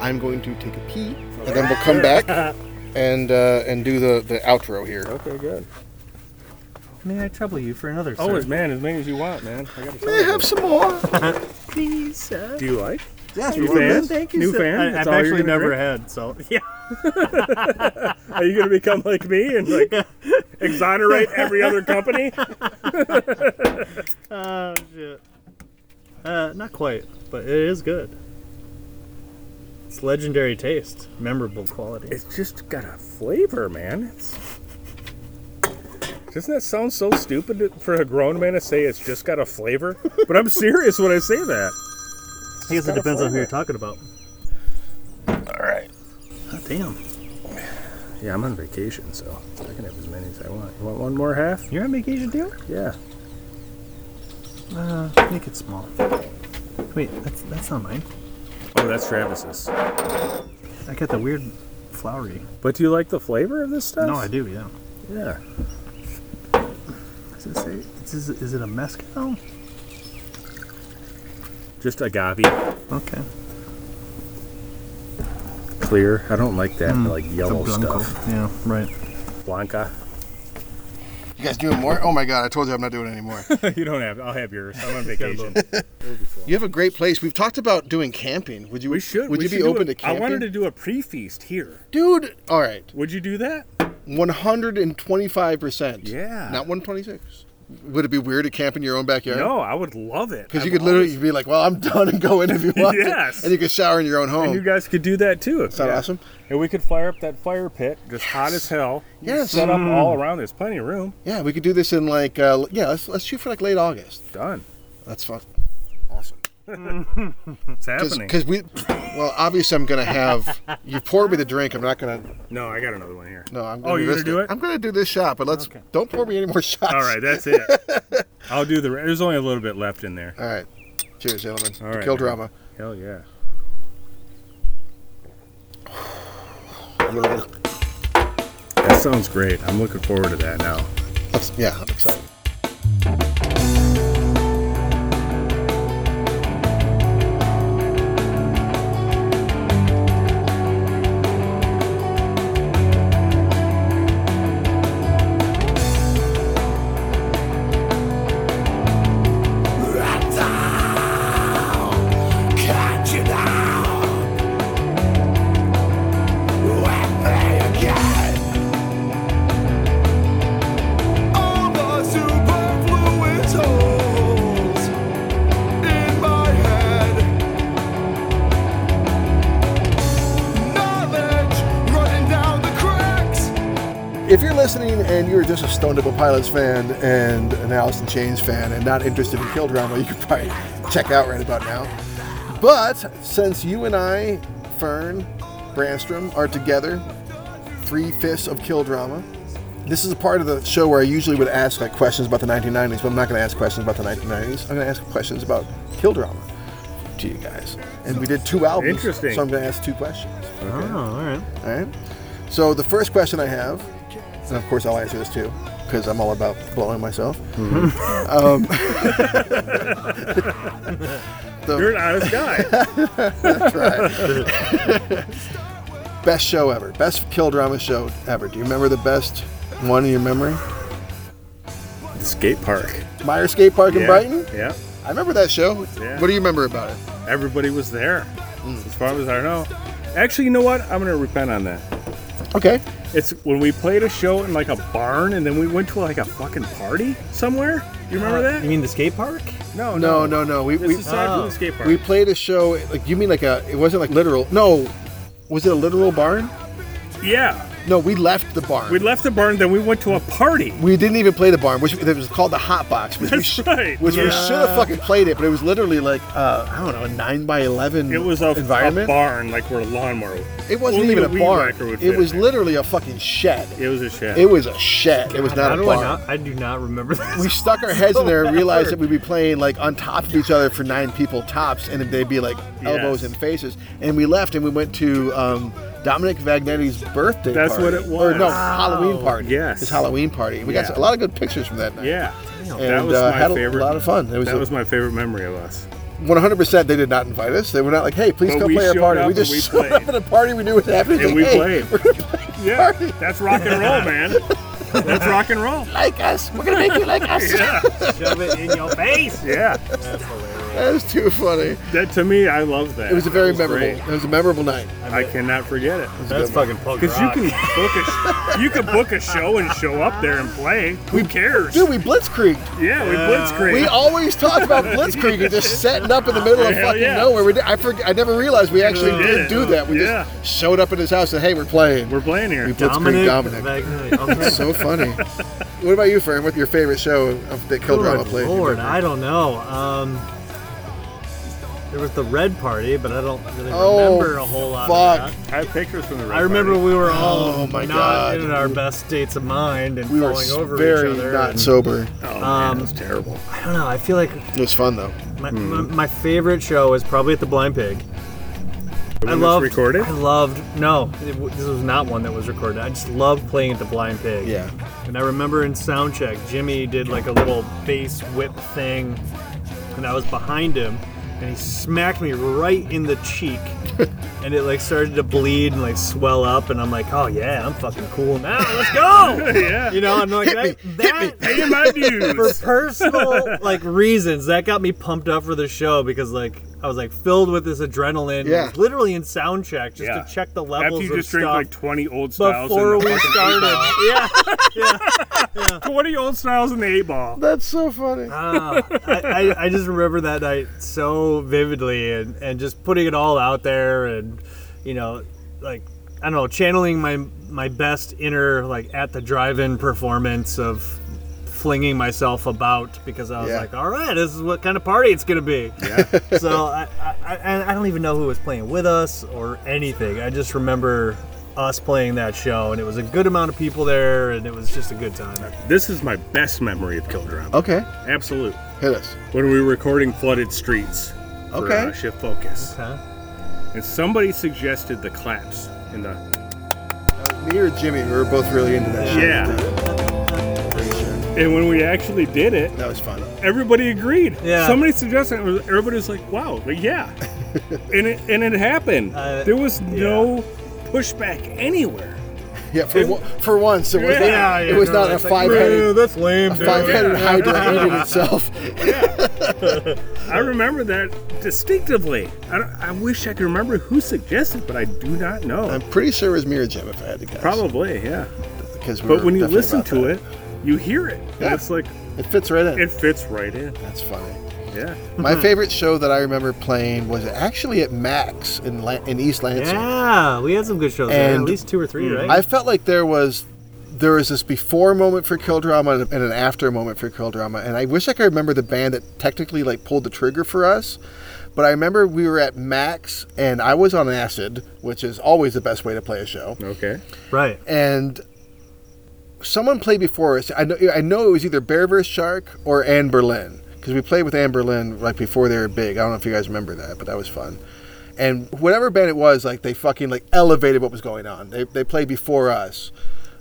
Speaker 1: I'm going to take a pee, and then we'll come back and uh, and do the the outro here.
Speaker 3: Okay, good.
Speaker 2: May I trouble you for another?
Speaker 3: Oh,
Speaker 2: sir?
Speaker 3: as man, as many as you want, man. I gotta tell
Speaker 1: May I
Speaker 3: you.
Speaker 1: have some more?
Speaker 2: please, sir.
Speaker 3: Do you like?
Speaker 1: Yes,
Speaker 3: New fan? New fan?
Speaker 2: I,
Speaker 3: That's
Speaker 2: have
Speaker 3: all you're
Speaker 2: actually
Speaker 3: gonna
Speaker 2: never
Speaker 3: drink?
Speaker 2: had, so yeah.
Speaker 3: Are you gonna become like me and like exonerate every other company?
Speaker 2: Uh, shit. Uh, not quite, but it is good. It's legendary taste, memorable quality.
Speaker 3: It's just got a flavor, man. It's... Doesn't that sound so stupid to- for a grown man to say it's just got a flavor? But I'm serious when I say that.
Speaker 2: I guess it
Speaker 3: got a
Speaker 2: depends on who
Speaker 3: flavor.
Speaker 2: you're talking about.
Speaker 3: All right.
Speaker 2: Oh, damn,
Speaker 3: Yeah, I'm on vacation, so I can have as many as I want. You want one more half?
Speaker 2: you're on vacation too.
Speaker 3: Yeah.
Speaker 2: Uh, make it small. Wait, that's that's not mine.
Speaker 3: Oh, that's Travis's.
Speaker 2: I got the weird flowery.
Speaker 3: But do you like the flavor of this stuff?
Speaker 2: No, I do. Yeah.
Speaker 3: Yeah.
Speaker 2: Does it say? Is, is, it a mezcal?
Speaker 3: Just agave,
Speaker 2: Okay.
Speaker 3: clear. I don't like that
Speaker 1: Hmm.
Speaker 3: like yellow
Speaker 2: the Mm. blanco.
Speaker 3: stuff.
Speaker 2: Yeah. Right.
Speaker 3: Blanca.
Speaker 1: You guys doing more? Oh my god! I told you I'm not doing any more.
Speaker 3: you don't have. I'll have yours. I'm on vacation.
Speaker 1: you have a great place. We've talked about doing camping. Would you?
Speaker 3: we should.
Speaker 1: Would
Speaker 3: we
Speaker 1: you
Speaker 3: should
Speaker 1: be
Speaker 3: do
Speaker 1: open
Speaker 3: a-
Speaker 1: to camping?
Speaker 3: I wanted to do a pre-feast here.
Speaker 1: Dude, all right,
Speaker 3: Would you do that?
Speaker 1: 125 percent.
Speaker 3: Yeah.
Speaker 1: Not 126. Would it be weird to camp in your own backyard?
Speaker 3: No, I would love it.
Speaker 1: Because
Speaker 3: I've
Speaker 1: you could literally
Speaker 3: always-
Speaker 1: be like, "Well, I'm done," and go in if you want. to.
Speaker 3: Yes.
Speaker 1: And you could shower in your own
Speaker 3: And
Speaker 1: home.
Speaker 3: you guys could do that too.
Speaker 1: Is that awesome?
Speaker 3: And we could fire up that fire pit, just hot as hell. We could
Speaker 1: Yes. Mm.
Speaker 3: Set up all around. There's plenty of room.
Speaker 1: yeah, we could do this in like, uh, yeah, let's let's shoot for like late August.
Speaker 3: Done.
Speaker 1: That's fun. Awesome.
Speaker 3: It's happening.
Speaker 1: Because we, well, obviously I'm gonna have you pour me the drink. I'm not gonna.
Speaker 3: No, I got another one here.
Speaker 1: No, I'm. Gonna
Speaker 3: Oh, you're gonna
Speaker 1: this
Speaker 3: do
Speaker 1: thing.
Speaker 3: it?
Speaker 1: I'm gonna do this shot, but let's don't pour me any more shots.
Speaker 3: All right, that's it. I'll do the. There's only a little bit left in there.
Speaker 1: All right. Cheers, gentlemen.
Speaker 3: All
Speaker 1: to
Speaker 3: right,
Speaker 1: kill
Speaker 3: man.
Speaker 1: drama.
Speaker 3: Hell yeah. That sounds great. I'm looking forward to that now.
Speaker 1: Let's- yeah, I'm excited. If you're listening and you're just a Stone Temple Pilots fan and an Alice in Chains fan and not interested in kill drama, you could probably check out right about now. But since you and I, Fern, Branstrom, are together, three fifths of kill drama, this is a part of the show where I usually would ask like questions about the 1990s, but I'm not going to ask questions about the 1990s. I'm going to ask questions about kill drama to you guys. And we did two albums,
Speaker 3: Interesting.
Speaker 1: so I'm going to ask two questions.
Speaker 2: Oh, all right.
Speaker 1: All right. So the first question I have, and of course I'll answer this too, because I'm all about blowing myself.
Speaker 3: You're an honest guy.
Speaker 1: Best show ever. Best kill drama show ever. Do you remember the best one in your memory?
Speaker 3: the skate park.
Speaker 1: Meyer Skate Park in
Speaker 3: Yeah,
Speaker 1: Brighton.
Speaker 3: Yeah.
Speaker 1: I remember that show.
Speaker 3: Yeah.
Speaker 1: What do you remember about it?
Speaker 3: Everybody was there.
Speaker 1: Mm.
Speaker 3: As far as I know. Actually, you know what? I'm gonna repent on that.
Speaker 1: Okay.
Speaker 3: It's when we played a show in like a barn, and then we went to like a fucking party somewhere. You remember that?
Speaker 2: You mean the skate park?
Speaker 3: no,
Speaker 1: Uh, Oh, No, no, no. We
Speaker 3: This
Speaker 1: we,
Speaker 3: is aside from
Speaker 2: Oh.
Speaker 3: the skate park.
Speaker 1: we played a show. Like you mean like a? It wasn't like literal. No. Was it a literal barn?
Speaker 3: yeah,
Speaker 1: No, we left the barn.
Speaker 3: We left the barn, then we went to a party.
Speaker 1: We didn't even play the barn, which it was called the Hot Box, which we,
Speaker 3: That's right.
Speaker 1: which we
Speaker 3: Yeah.
Speaker 1: should have fucking played it, but it was literally like uh, I don't know, a nine by eleven.
Speaker 3: It was a, a
Speaker 1: environment.
Speaker 3: barn, like where a lawnmower.
Speaker 1: It wasn't
Speaker 3: only
Speaker 1: even
Speaker 3: a
Speaker 1: a
Speaker 3: weed
Speaker 1: barn.
Speaker 3: whacker would fit
Speaker 1: It
Speaker 3: in
Speaker 1: was
Speaker 3: there.
Speaker 1: literally a fucking shed.
Speaker 3: It was a shed.
Speaker 1: It was a shed. It was not
Speaker 2: How
Speaker 1: a
Speaker 2: do I
Speaker 1: barn.
Speaker 2: not? I do not remember this.
Speaker 1: We stuck our heads in there and
Speaker 2: So
Speaker 1: realized that
Speaker 2: backward.
Speaker 1: we'd be playing like on top of each other for nine people tops, and they'd be like elbows
Speaker 3: Yes.
Speaker 1: and faces. And we left and we went to um, Dominic Vagnetti's birthday.
Speaker 3: That's
Speaker 1: party.
Speaker 3: what it
Speaker 1: Or no,
Speaker 3: was.
Speaker 1: Halloween party.
Speaker 3: Yes.
Speaker 1: his Halloween party. We
Speaker 3: Yeah.
Speaker 1: got a lot of good pictures from that night.
Speaker 3: yeah, that
Speaker 1: And,
Speaker 3: was
Speaker 1: uh,
Speaker 3: my
Speaker 1: had a
Speaker 3: favorite.
Speaker 1: lot of fun. It was
Speaker 3: that
Speaker 1: a-
Speaker 3: was my favorite memory of us.
Speaker 1: 100% they did not invite us. They were not like, hey, please
Speaker 3: But
Speaker 1: come
Speaker 3: we
Speaker 1: play our
Speaker 3: showed
Speaker 1: party.
Speaker 3: up
Speaker 1: We
Speaker 3: and
Speaker 1: just
Speaker 3: we
Speaker 1: showed
Speaker 3: played.
Speaker 1: up at a party we knew was happening.
Speaker 3: And we
Speaker 1: Hey,
Speaker 3: played.
Speaker 1: We're gonna play
Speaker 3: Yeah,
Speaker 1: party.
Speaker 3: that's rock and roll, man. That's rock and roll.
Speaker 1: like us. We're going to make you like us.
Speaker 3: Yeah,
Speaker 2: Shove it in your face.
Speaker 3: yeah.
Speaker 1: That was too funny.
Speaker 3: That to me, I love that.
Speaker 1: It was a very
Speaker 3: That
Speaker 1: memorable.
Speaker 3: great.
Speaker 1: It was a memorable night.
Speaker 3: I cannot forget it.
Speaker 2: That's fucking punk
Speaker 3: Because you
Speaker 2: rock.
Speaker 3: can book a you can book a show and show up there and play. Who cares?
Speaker 1: Dude, we blitzkrieged.
Speaker 3: yeah, we
Speaker 2: Uh,
Speaker 3: blitzkrieg.
Speaker 1: We always talked about blitzkrieg and just setting up in the middle of
Speaker 3: Hell
Speaker 1: fucking
Speaker 3: yeah.
Speaker 1: nowhere. We did, I forg I never realized we actually
Speaker 3: We did
Speaker 1: did
Speaker 3: it.
Speaker 1: do that. We
Speaker 3: Yeah.
Speaker 1: just showed up at his house and hey, we're playing.
Speaker 3: We're playing here.
Speaker 1: We blitzkrieged Dominic.
Speaker 2: Vagnelli. Okay.
Speaker 1: so funny. What about you, Fern? What's your favorite show of that Kill Drama
Speaker 2: Good
Speaker 1: played?
Speaker 2: Lord, I don't know. Um, there was the red party, but I don't really
Speaker 1: Oh,
Speaker 2: remember a whole lot.
Speaker 1: fuck.
Speaker 2: Of that.
Speaker 3: I have pictures from the. Red
Speaker 2: I remember
Speaker 3: Party.
Speaker 2: we were all
Speaker 1: Oh, my
Speaker 2: not
Speaker 1: God.
Speaker 2: in our best states of mind and
Speaker 1: we were
Speaker 2: falling over
Speaker 1: very
Speaker 2: each other.
Speaker 1: not
Speaker 2: and-
Speaker 1: sober.
Speaker 3: Oh,
Speaker 2: um,
Speaker 3: man, that's terrible.
Speaker 2: I don't know. I feel like
Speaker 1: It was fun though.
Speaker 2: my, my,
Speaker 1: Hmm.
Speaker 2: my favorite show is probably at the Blind Pig.
Speaker 3: The
Speaker 2: I
Speaker 3: one that's
Speaker 2: loved.
Speaker 3: recorded.
Speaker 2: I loved. No, it, w- this was not one that was recorded. I just loved playing at the Blind Pig.
Speaker 1: Yeah.
Speaker 2: And I remember in soundcheck, Jimmy did like a little bass whip thing, and I was behind him, and he smacked me right in the cheek, and it like started to bleed and like swell up, and I'm like, oh yeah, I'm fucking cool now. Let's go.
Speaker 3: yeah.
Speaker 2: You know, I'm like that. that
Speaker 3: Pay my
Speaker 2: for
Speaker 3: dues.
Speaker 2: personal like reasons that got me pumped up for the show because like I was like filled with this adrenaline.
Speaker 1: Yeah.
Speaker 2: It was literally in sound check just
Speaker 3: Yeah.
Speaker 2: to check the
Speaker 3: After
Speaker 2: levels
Speaker 3: you
Speaker 2: of
Speaker 3: just
Speaker 2: stuff
Speaker 3: drink like 20 old styles.
Speaker 2: before
Speaker 3: in the
Speaker 2: we
Speaker 3: fucking-
Speaker 2: started. yeah.
Speaker 3: 20 old styles in the A ball.
Speaker 1: That's so funny.
Speaker 2: Ah, I, I, I just remember that night so vividly and, and just putting it all out there and you know like I don't know channeling my my best inner like at the drive-in performance of flinging myself about because I was
Speaker 1: Yeah.
Speaker 2: like all right this is what kind of party it's gonna be so I, I, I I don't even know who was playing with us or anything I just remember us playing that show and it was a good amount of people there and it was just a good time
Speaker 3: This is my best memory of Kill Drum.
Speaker 1: Okay,
Speaker 2: Oh.
Speaker 3: Absolute.
Speaker 1: hit us.
Speaker 3: When we were recording Flooded Streets for
Speaker 1: Okay.
Speaker 3: uh, Shift Focus.
Speaker 2: Huh?
Speaker 3: And somebody suggested the claps in the.
Speaker 1: Me or Jimmy, we were both really into that. shit.
Speaker 3: Yeah. And when we actually did it,
Speaker 1: That was fun.
Speaker 3: everybody agreed.
Speaker 2: Yeah.
Speaker 3: Somebody suggested it. Everybody was like, wow, like, yeah. and, it, and it happened.
Speaker 2: Uh,
Speaker 3: there was no pushback anywhere.
Speaker 1: Yeah, for, one- for once, it was
Speaker 3: Yeah,
Speaker 1: not,
Speaker 2: yeah,
Speaker 1: it was
Speaker 2: no,
Speaker 1: not a
Speaker 2: it's like,
Speaker 1: five-headed,
Speaker 2: "Bro, that's lame. dude."
Speaker 1: five-headed hydra that ate itself.
Speaker 3: I remember that distinctively. I, don't- I wish I could remember who suggested, but I do not know.
Speaker 1: I'm pretty sure it was me or Jim if I had to guess.
Speaker 3: Probably, yeah.
Speaker 1: because we
Speaker 3: But
Speaker 1: were
Speaker 3: when you
Speaker 1: definitely
Speaker 3: listen
Speaker 1: about
Speaker 3: to
Speaker 1: that.
Speaker 3: it, you hear it.
Speaker 1: Yeah.
Speaker 3: And it's like,
Speaker 1: it fits right in.
Speaker 3: it fits right in.
Speaker 1: That's funny.
Speaker 3: Yeah.
Speaker 1: My favorite show that I remember playing was actually at Max in La- in East Lansing.
Speaker 2: Yeah, we had some good shows. there, at
Speaker 1: And-
Speaker 2: least two or three,
Speaker 3: Mm.
Speaker 2: right?
Speaker 1: I felt like there was there was this before moment for Kill Drama and an after moment for Kill Drama, and I wish I could remember the band that technically like pulled the trigger for us. But I remember we were at Max, and I was on acid, which is always the best way to play a show.
Speaker 3: Okay.
Speaker 2: right.
Speaker 1: And someone played before us. I know I know it was either Bear vs Shark or Anne Berlin because we played with Anne Berlin like before they were big. I don't know if you guys remember that, but that was fun. And whatever band it was, like they fucking like elevated what was going on. They they played before us.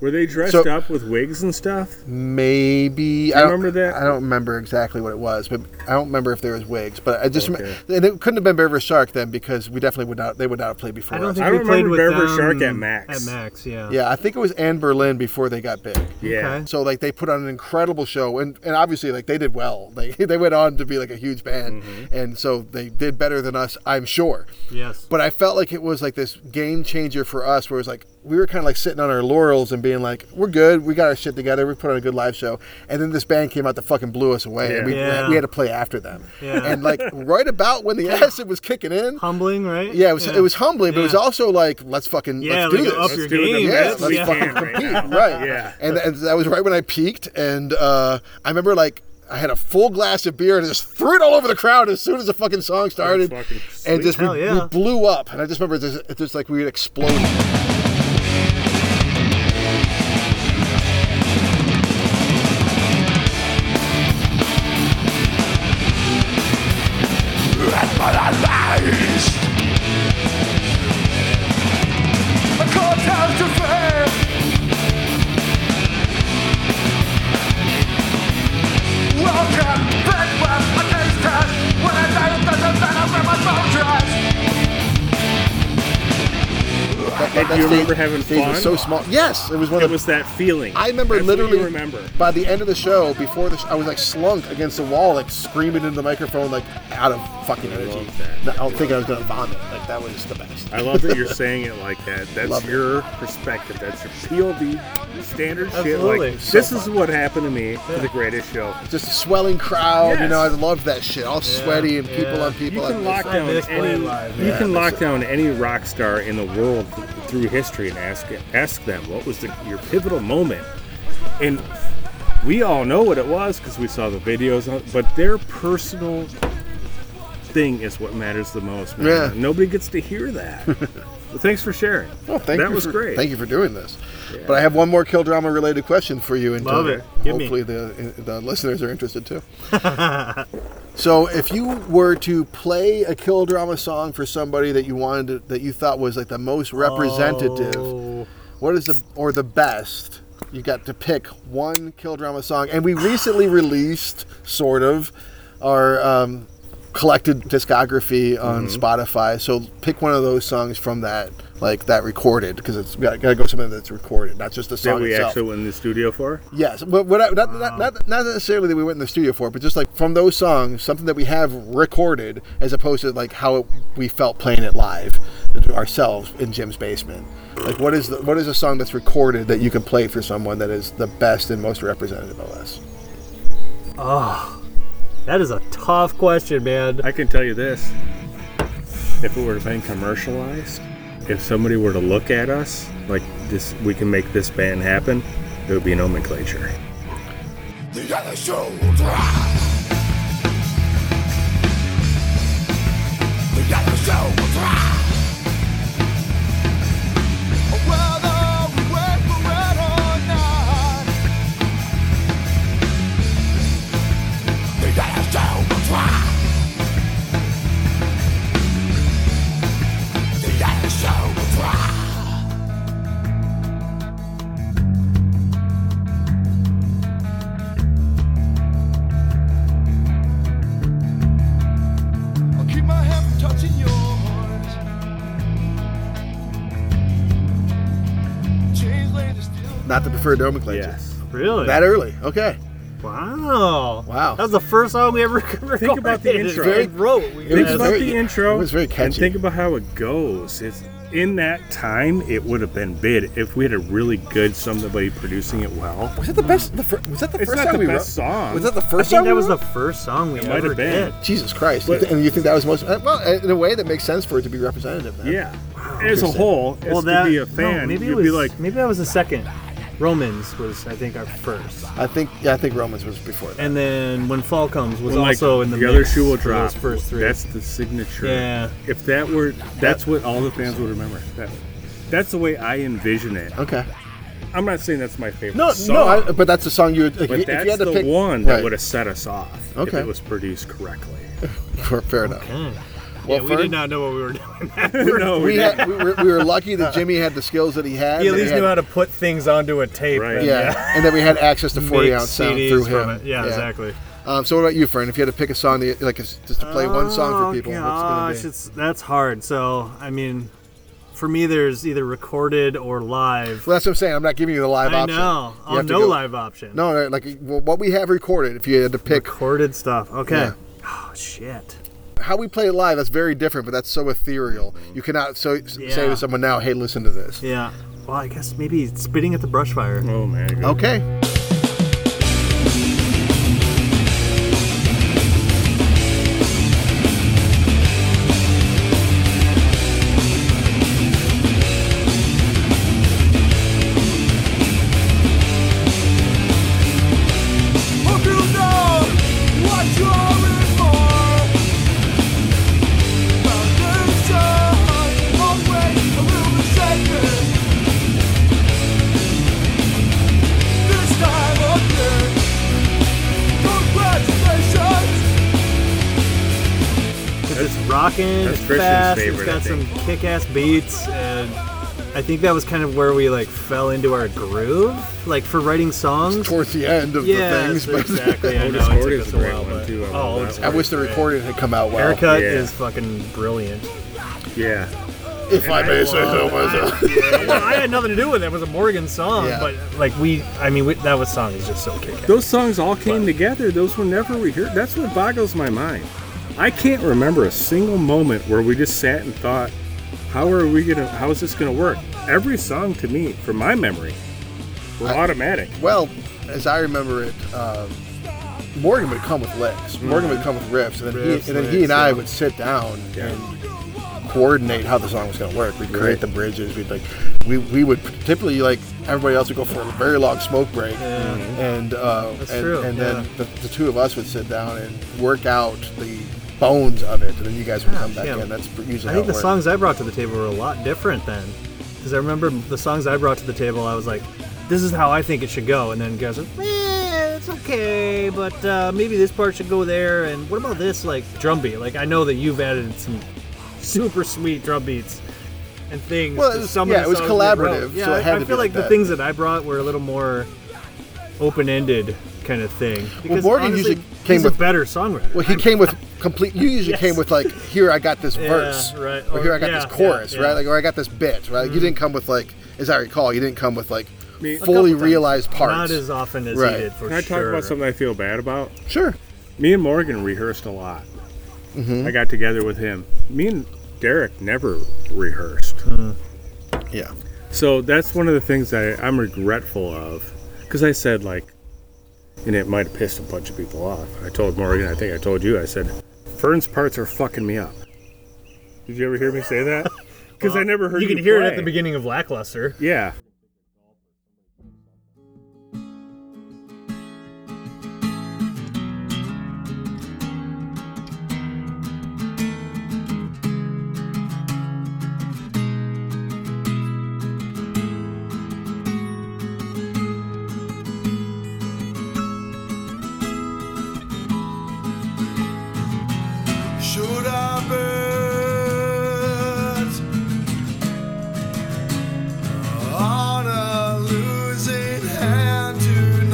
Speaker 3: Were they dressed
Speaker 1: So-
Speaker 3: up with wigs and stuff?
Speaker 1: Maybe I
Speaker 3: you
Speaker 1: don't-
Speaker 3: remember that?
Speaker 1: I don't remember exactly what it was, but I don't remember if there was wigs. But I just remember,
Speaker 3: Okay.
Speaker 1: and it couldn't have been Bear vs Shark then because we definitely would not. They would not have played before.
Speaker 2: I don't
Speaker 1: us.
Speaker 2: think
Speaker 3: I
Speaker 2: we played
Speaker 3: remember
Speaker 2: with
Speaker 3: Bear vs.
Speaker 2: them
Speaker 3: Shark at Max.
Speaker 2: At Max, yeah.
Speaker 1: yeah, I think it was Anne Berlin before they got big.
Speaker 3: Yeah.
Speaker 2: Okay.
Speaker 1: So like they put on an incredible show, and, and obviously like they did well. They they went on to be like a huge band,
Speaker 2: Mm-hmm.
Speaker 1: and so they did better than us, I'm sure.
Speaker 2: Yes.
Speaker 1: But I felt like it was like this game changer for us, where it was like we were kind of like sitting on our laurels and being like, "We're good. We got our shit together. We put on a good live show." And then this band came out that fucking blew us away, and we,
Speaker 2: Yeah.
Speaker 1: we had to play after them.
Speaker 2: Yeah.
Speaker 1: And like right about when the acid was kicking in,
Speaker 2: Humbling, right?
Speaker 1: yeah, it was it was humbling, but it was
Speaker 2: Yeah.
Speaker 1: also like, "Let's fucking
Speaker 2: Yeah,
Speaker 1: let's do
Speaker 2: like,
Speaker 1: this."
Speaker 2: up your
Speaker 3: do the
Speaker 2: game.
Speaker 1: Yes,
Speaker 3: best
Speaker 1: let's
Speaker 3: we
Speaker 2: yeah.
Speaker 3: can right
Speaker 1: compete.
Speaker 3: now.
Speaker 1: right.
Speaker 3: Yeah.
Speaker 1: And, and that was right when I peaked. And uh, I remember like I had a full glass of beer and just threw it all over the crowd as soon as the fucking song started.
Speaker 3: That's fucking
Speaker 1: and
Speaker 3: sweet.
Speaker 1: just we,
Speaker 2: Hell yeah.
Speaker 1: we blew up. And I just remember this, it's just like we had exploded. That, that
Speaker 3: do you
Speaker 1: stage-
Speaker 3: remember having
Speaker 1: stage was
Speaker 3: fun?
Speaker 1: so small. Yes, it was one
Speaker 3: It
Speaker 1: of the.
Speaker 3: was that feeling.
Speaker 1: I remember
Speaker 3: That's what you
Speaker 1: literally.
Speaker 3: remember.
Speaker 1: By the end of the show, before the sh- I was like slunk against the wall, like screaming into the microphone, like out of fucking energy.
Speaker 3: love that.
Speaker 1: No, I don't think I was gonna vomit. Like that was the best.
Speaker 3: I love that you're saying it like that. That's
Speaker 1: Love it.
Speaker 3: your perspective. That's your POV, standard
Speaker 2: Absolutely.
Speaker 3: shit. Like
Speaker 2: So
Speaker 3: this is what happened to me for the greatest show.
Speaker 1: just a swelling crowd. You
Speaker 3: Yes.
Speaker 1: know, I loved that shit. All sweaty and people
Speaker 2: yeah.
Speaker 1: on
Speaker 3: You
Speaker 1: people. I
Speaker 3: can
Speaker 1: miss
Speaker 3: lock
Speaker 1: it.
Speaker 3: down
Speaker 2: They just play
Speaker 3: any.
Speaker 2: live.
Speaker 3: You
Speaker 2: Yeah,
Speaker 3: can lock down any rock star in the world th- through history and ask ask them what was the, your pivotal moment, and we all know what it was because we saw the videos. on- But their personal thing is what matters the most. Man.
Speaker 1: Yeah.
Speaker 3: Nobody gets to hear that. Well, thanks for sharing.
Speaker 1: Well, thank
Speaker 3: that
Speaker 1: you
Speaker 3: was
Speaker 1: for,
Speaker 3: great.
Speaker 1: Thank you for doing this. But I have one more kill drama related question for you, and
Speaker 2: Love it. Give me.
Speaker 1: hopefully the the listeners are interested too. so, if you were to play a kill drama song for somebody that you wanted to, that you thought was like the most representative,
Speaker 2: Oh.
Speaker 1: what is the or the best? You got to pick one kill drama song, and we recently released sort of our um, collected discography on
Speaker 3: Mm-hmm.
Speaker 1: Spotify. So pick one of those songs from that, like that recorded, because it's got, got to go something that's recorded, not just the
Speaker 3: that
Speaker 1: song
Speaker 3: we
Speaker 1: itself.
Speaker 3: actually went in the studio for.
Speaker 1: yes, but what I, not, not, not not necessarily that we went in the studio for, but just like from those songs, something that we have recorded, as opposed to like how it, we felt playing it live ourselves in Jim's basement. Like, what is the, what is a song that's recorded that you can play for someone that is the best and most representative of us?
Speaker 2: That is a tough question, man.
Speaker 3: I can tell you this. If it were to been commercialized, if somebody were to look at us like this, we can make this band happen, it would be nomenclature.
Speaker 7: Keep my hand from touching yours. Change later, still.
Speaker 1: Not the preferred nomenclature.
Speaker 3: Yes.
Speaker 2: Really?
Speaker 1: That early, okay.
Speaker 2: wow.
Speaker 1: Wow.
Speaker 2: That was the first song we ever recorded.
Speaker 3: Think about the intro.
Speaker 2: Very wrote. We
Speaker 1: It
Speaker 3: Think
Speaker 1: was
Speaker 3: about
Speaker 1: very- e-
Speaker 3: the intro.
Speaker 1: it was very
Speaker 3: And
Speaker 1: catchy.
Speaker 3: think about how it goes. It's in that time, it would have been big if we had a really good somebody producing it well.
Speaker 1: Was that the best? The fir- was that the
Speaker 3: It's
Speaker 1: first
Speaker 3: not
Speaker 1: time
Speaker 3: the
Speaker 1: we
Speaker 3: best
Speaker 1: wrote?
Speaker 3: song.
Speaker 1: Was that the
Speaker 2: I
Speaker 1: first
Speaker 2: think
Speaker 1: time
Speaker 2: that
Speaker 1: we
Speaker 2: was the
Speaker 1: wrote?
Speaker 2: first song we
Speaker 3: It might
Speaker 2: ever
Speaker 3: have been.
Speaker 2: did.
Speaker 1: Jesus Christ! You
Speaker 3: But-
Speaker 1: thi- and you think that was most uh, well in a way that makes sense for it to be representative? Then.
Speaker 3: yeah. As a whole, as to be a fan,
Speaker 2: no, maybe
Speaker 3: you'd
Speaker 2: it was,
Speaker 3: be like,
Speaker 2: maybe that was the second. Romans was, I think, our first,
Speaker 1: I think yeah, I think Romans was before that.
Speaker 2: and then when Fall Comes was
Speaker 3: When, like,
Speaker 2: also in the,
Speaker 3: other
Speaker 2: mix
Speaker 3: shoe will
Speaker 2: for
Speaker 3: drop.
Speaker 2: those first three.
Speaker 3: That's the signature.
Speaker 2: Yeah.
Speaker 3: If that were, that's what all the fans would remember. That, that's the way I envision it.
Speaker 1: Okay.
Speaker 3: I'm not saying that's my favorite.
Speaker 1: No,
Speaker 3: song,
Speaker 1: no, I, but that's the song you would. If,
Speaker 3: but
Speaker 1: you, if
Speaker 3: that's
Speaker 1: you had to
Speaker 3: the
Speaker 1: pick
Speaker 3: one that
Speaker 1: Right.
Speaker 3: would have set us off
Speaker 1: Okay.
Speaker 3: if it was produced correctly.
Speaker 1: Fair, fair enough.
Speaker 2: yeah,
Speaker 1: Well,
Speaker 2: we
Speaker 1: Fern,
Speaker 2: did not know what we were doing.
Speaker 3: no,
Speaker 1: We,
Speaker 3: we didn't.
Speaker 1: had, we, were, we were lucky that Jimmy had the skills that he had.
Speaker 2: He at
Speaker 1: and
Speaker 2: least
Speaker 1: had,
Speaker 2: knew how to put things onto a tape.
Speaker 3: Right.
Speaker 2: and
Speaker 1: Yeah, and that we had access to forty
Speaker 2: make
Speaker 1: ounce sound
Speaker 2: CDs
Speaker 1: through him.
Speaker 2: from it. Yeah, exactly.
Speaker 1: Um, so what about you, Fern? If you had to pick a song, that you, like it's- just to play one song
Speaker 2: Oh,
Speaker 1: for people, what's gonna
Speaker 2: gosh,
Speaker 1: be?
Speaker 2: it's that's hard. So I mean, for me, there's either recorded or live.
Speaker 1: Well, that's what I'm saying. I'm not giving you the live
Speaker 2: I
Speaker 1: option.
Speaker 2: know.
Speaker 1: You
Speaker 2: Oh,
Speaker 1: have to
Speaker 2: no
Speaker 1: go-
Speaker 2: live option.
Speaker 1: No, no, like well, what we have recorded. If you had to pick,
Speaker 2: recorded stuff. Okay.
Speaker 1: Yeah.
Speaker 2: Oh shit.
Speaker 1: how we play it live that's very different, but that's so ethereal. You cannot so say
Speaker 2: Yeah.
Speaker 1: to someone now, "Hey, listen to this."
Speaker 2: Yeah. Well, I guess maybe spitting at the brush fire.
Speaker 3: Oh man. good.
Speaker 1: Okay.
Speaker 2: It's rocking. It's
Speaker 3: Christian's
Speaker 2: fast.
Speaker 3: favorite,
Speaker 2: it's got
Speaker 3: I
Speaker 2: some kick-ass beats, and I think that was kind of where we like fell into our groove, like for writing songs.
Speaker 1: Towards the end of
Speaker 2: Yeah,
Speaker 1: the things, but
Speaker 2: exactly. I know.
Speaker 3: Otis
Speaker 2: It
Speaker 3: Horde
Speaker 2: took
Speaker 3: is
Speaker 2: us
Speaker 3: a great
Speaker 2: while,
Speaker 3: one,
Speaker 2: but-
Speaker 3: too. I love
Speaker 2: Oh,
Speaker 3: that
Speaker 2: Otis
Speaker 1: I
Speaker 2: Horde.
Speaker 1: wish the recording had come out well.
Speaker 2: Haircut
Speaker 3: Yeah.
Speaker 2: is fucking brilliant.
Speaker 3: Yeah.
Speaker 1: if I may say so myself.
Speaker 2: Well, I had nothing to do with it. It was a Morgan song,
Speaker 1: Yeah.
Speaker 2: but like we, I mean, we, that was song is just so kick-ass.
Speaker 3: Those songs all came together. Those were never rehearsed. That's what boggles my mind. I can't remember a single moment where we just sat and thought, "How are we gonna? How is this gonna work?" Every song to me, from my memory, were automatic.
Speaker 1: Well, as I remember it, um, Morgan would come with licks. Morgan would come with riffs, and then,
Speaker 2: Mm-hmm. Riffs,
Speaker 1: he, and, then he and
Speaker 2: licks,
Speaker 1: I
Speaker 2: yeah.
Speaker 1: would sit down
Speaker 3: Yeah.
Speaker 1: and coordinate how the song was going to work. We'd create
Speaker 3: Right.
Speaker 1: the bridges. We'd like, we, we would typically like everybody else would go for a very long smoke break, and uh,
Speaker 2: That's
Speaker 1: and,
Speaker 2: true,
Speaker 1: and
Speaker 2: yeah.
Speaker 1: then the, the two of us would sit down and work out the bones of it, and then you guys would come back
Speaker 2: yeah.
Speaker 1: in. That's pr- usually
Speaker 2: Ah,
Speaker 1: how
Speaker 2: I think
Speaker 1: it
Speaker 2: the
Speaker 1: worked.
Speaker 2: songs I brought to the table were a lot different then, because I remember the songs I brought to the table. I was like, "This is how I think it should go," and then guys are, "Eh, it's okay, but uh, maybe this part should go there." And what about this, like drum beat? Like I know that you've added some super sweet drum beats and things.
Speaker 1: Well,
Speaker 2: to
Speaker 1: it was-
Speaker 2: some of
Speaker 1: yeah,
Speaker 2: the
Speaker 1: it was
Speaker 2: songs we wrote.
Speaker 1: collaborative,
Speaker 2: Yeah,
Speaker 1: so it
Speaker 2: I,
Speaker 1: had
Speaker 2: I
Speaker 1: to be
Speaker 2: feel
Speaker 1: like
Speaker 2: like the
Speaker 1: that.
Speaker 2: things that I brought were a little more open-ended kind of thing. Because
Speaker 1: Morgan
Speaker 2: honestly,
Speaker 1: usually came
Speaker 2: he's a
Speaker 1: with-
Speaker 2: better songwriter.
Speaker 1: Well, he came with complete. You usually
Speaker 2: Yes.
Speaker 1: came with like, here I got this
Speaker 2: Yeah,
Speaker 1: verse,
Speaker 2: right.
Speaker 1: Or,
Speaker 2: Or-
Speaker 1: here I got
Speaker 2: yeah,
Speaker 1: this chorus,
Speaker 2: yeah, yeah.
Speaker 1: right? Like, or I got this bit, right? You didn't come with like, as I recall, you didn't come with like
Speaker 3: Me- Mm.
Speaker 1: fully
Speaker 3: A
Speaker 2: couple times.
Speaker 1: realized
Speaker 2: Not
Speaker 1: parts.
Speaker 2: as often as
Speaker 1: Right.
Speaker 2: he did for
Speaker 3: Can I talk
Speaker 2: sure.
Speaker 3: about something I feel bad about?
Speaker 1: sure.
Speaker 3: Me and Morgan rehearsed a lot.
Speaker 2: Mm-hmm.
Speaker 3: I got together with him. Me and Derek never rehearsed.
Speaker 1: Yeah.
Speaker 3: So that's one of the things that I, I'm regretful of, because I said like, and it might have pissed a bunch of people off. I told Morgan, I think I told you, I said, Fern's parts are fucking me up. Did you ever hear me say that? Because I never heard
Speaker 2: you
Speaker 3: you.
Speaker 2: can hear it at
Speaker 3: play.
Speaker 2: the beginning of Lackluster.
Speaker 3: Yeah.
Speaker 7: Should our birds on a losing hand tonight?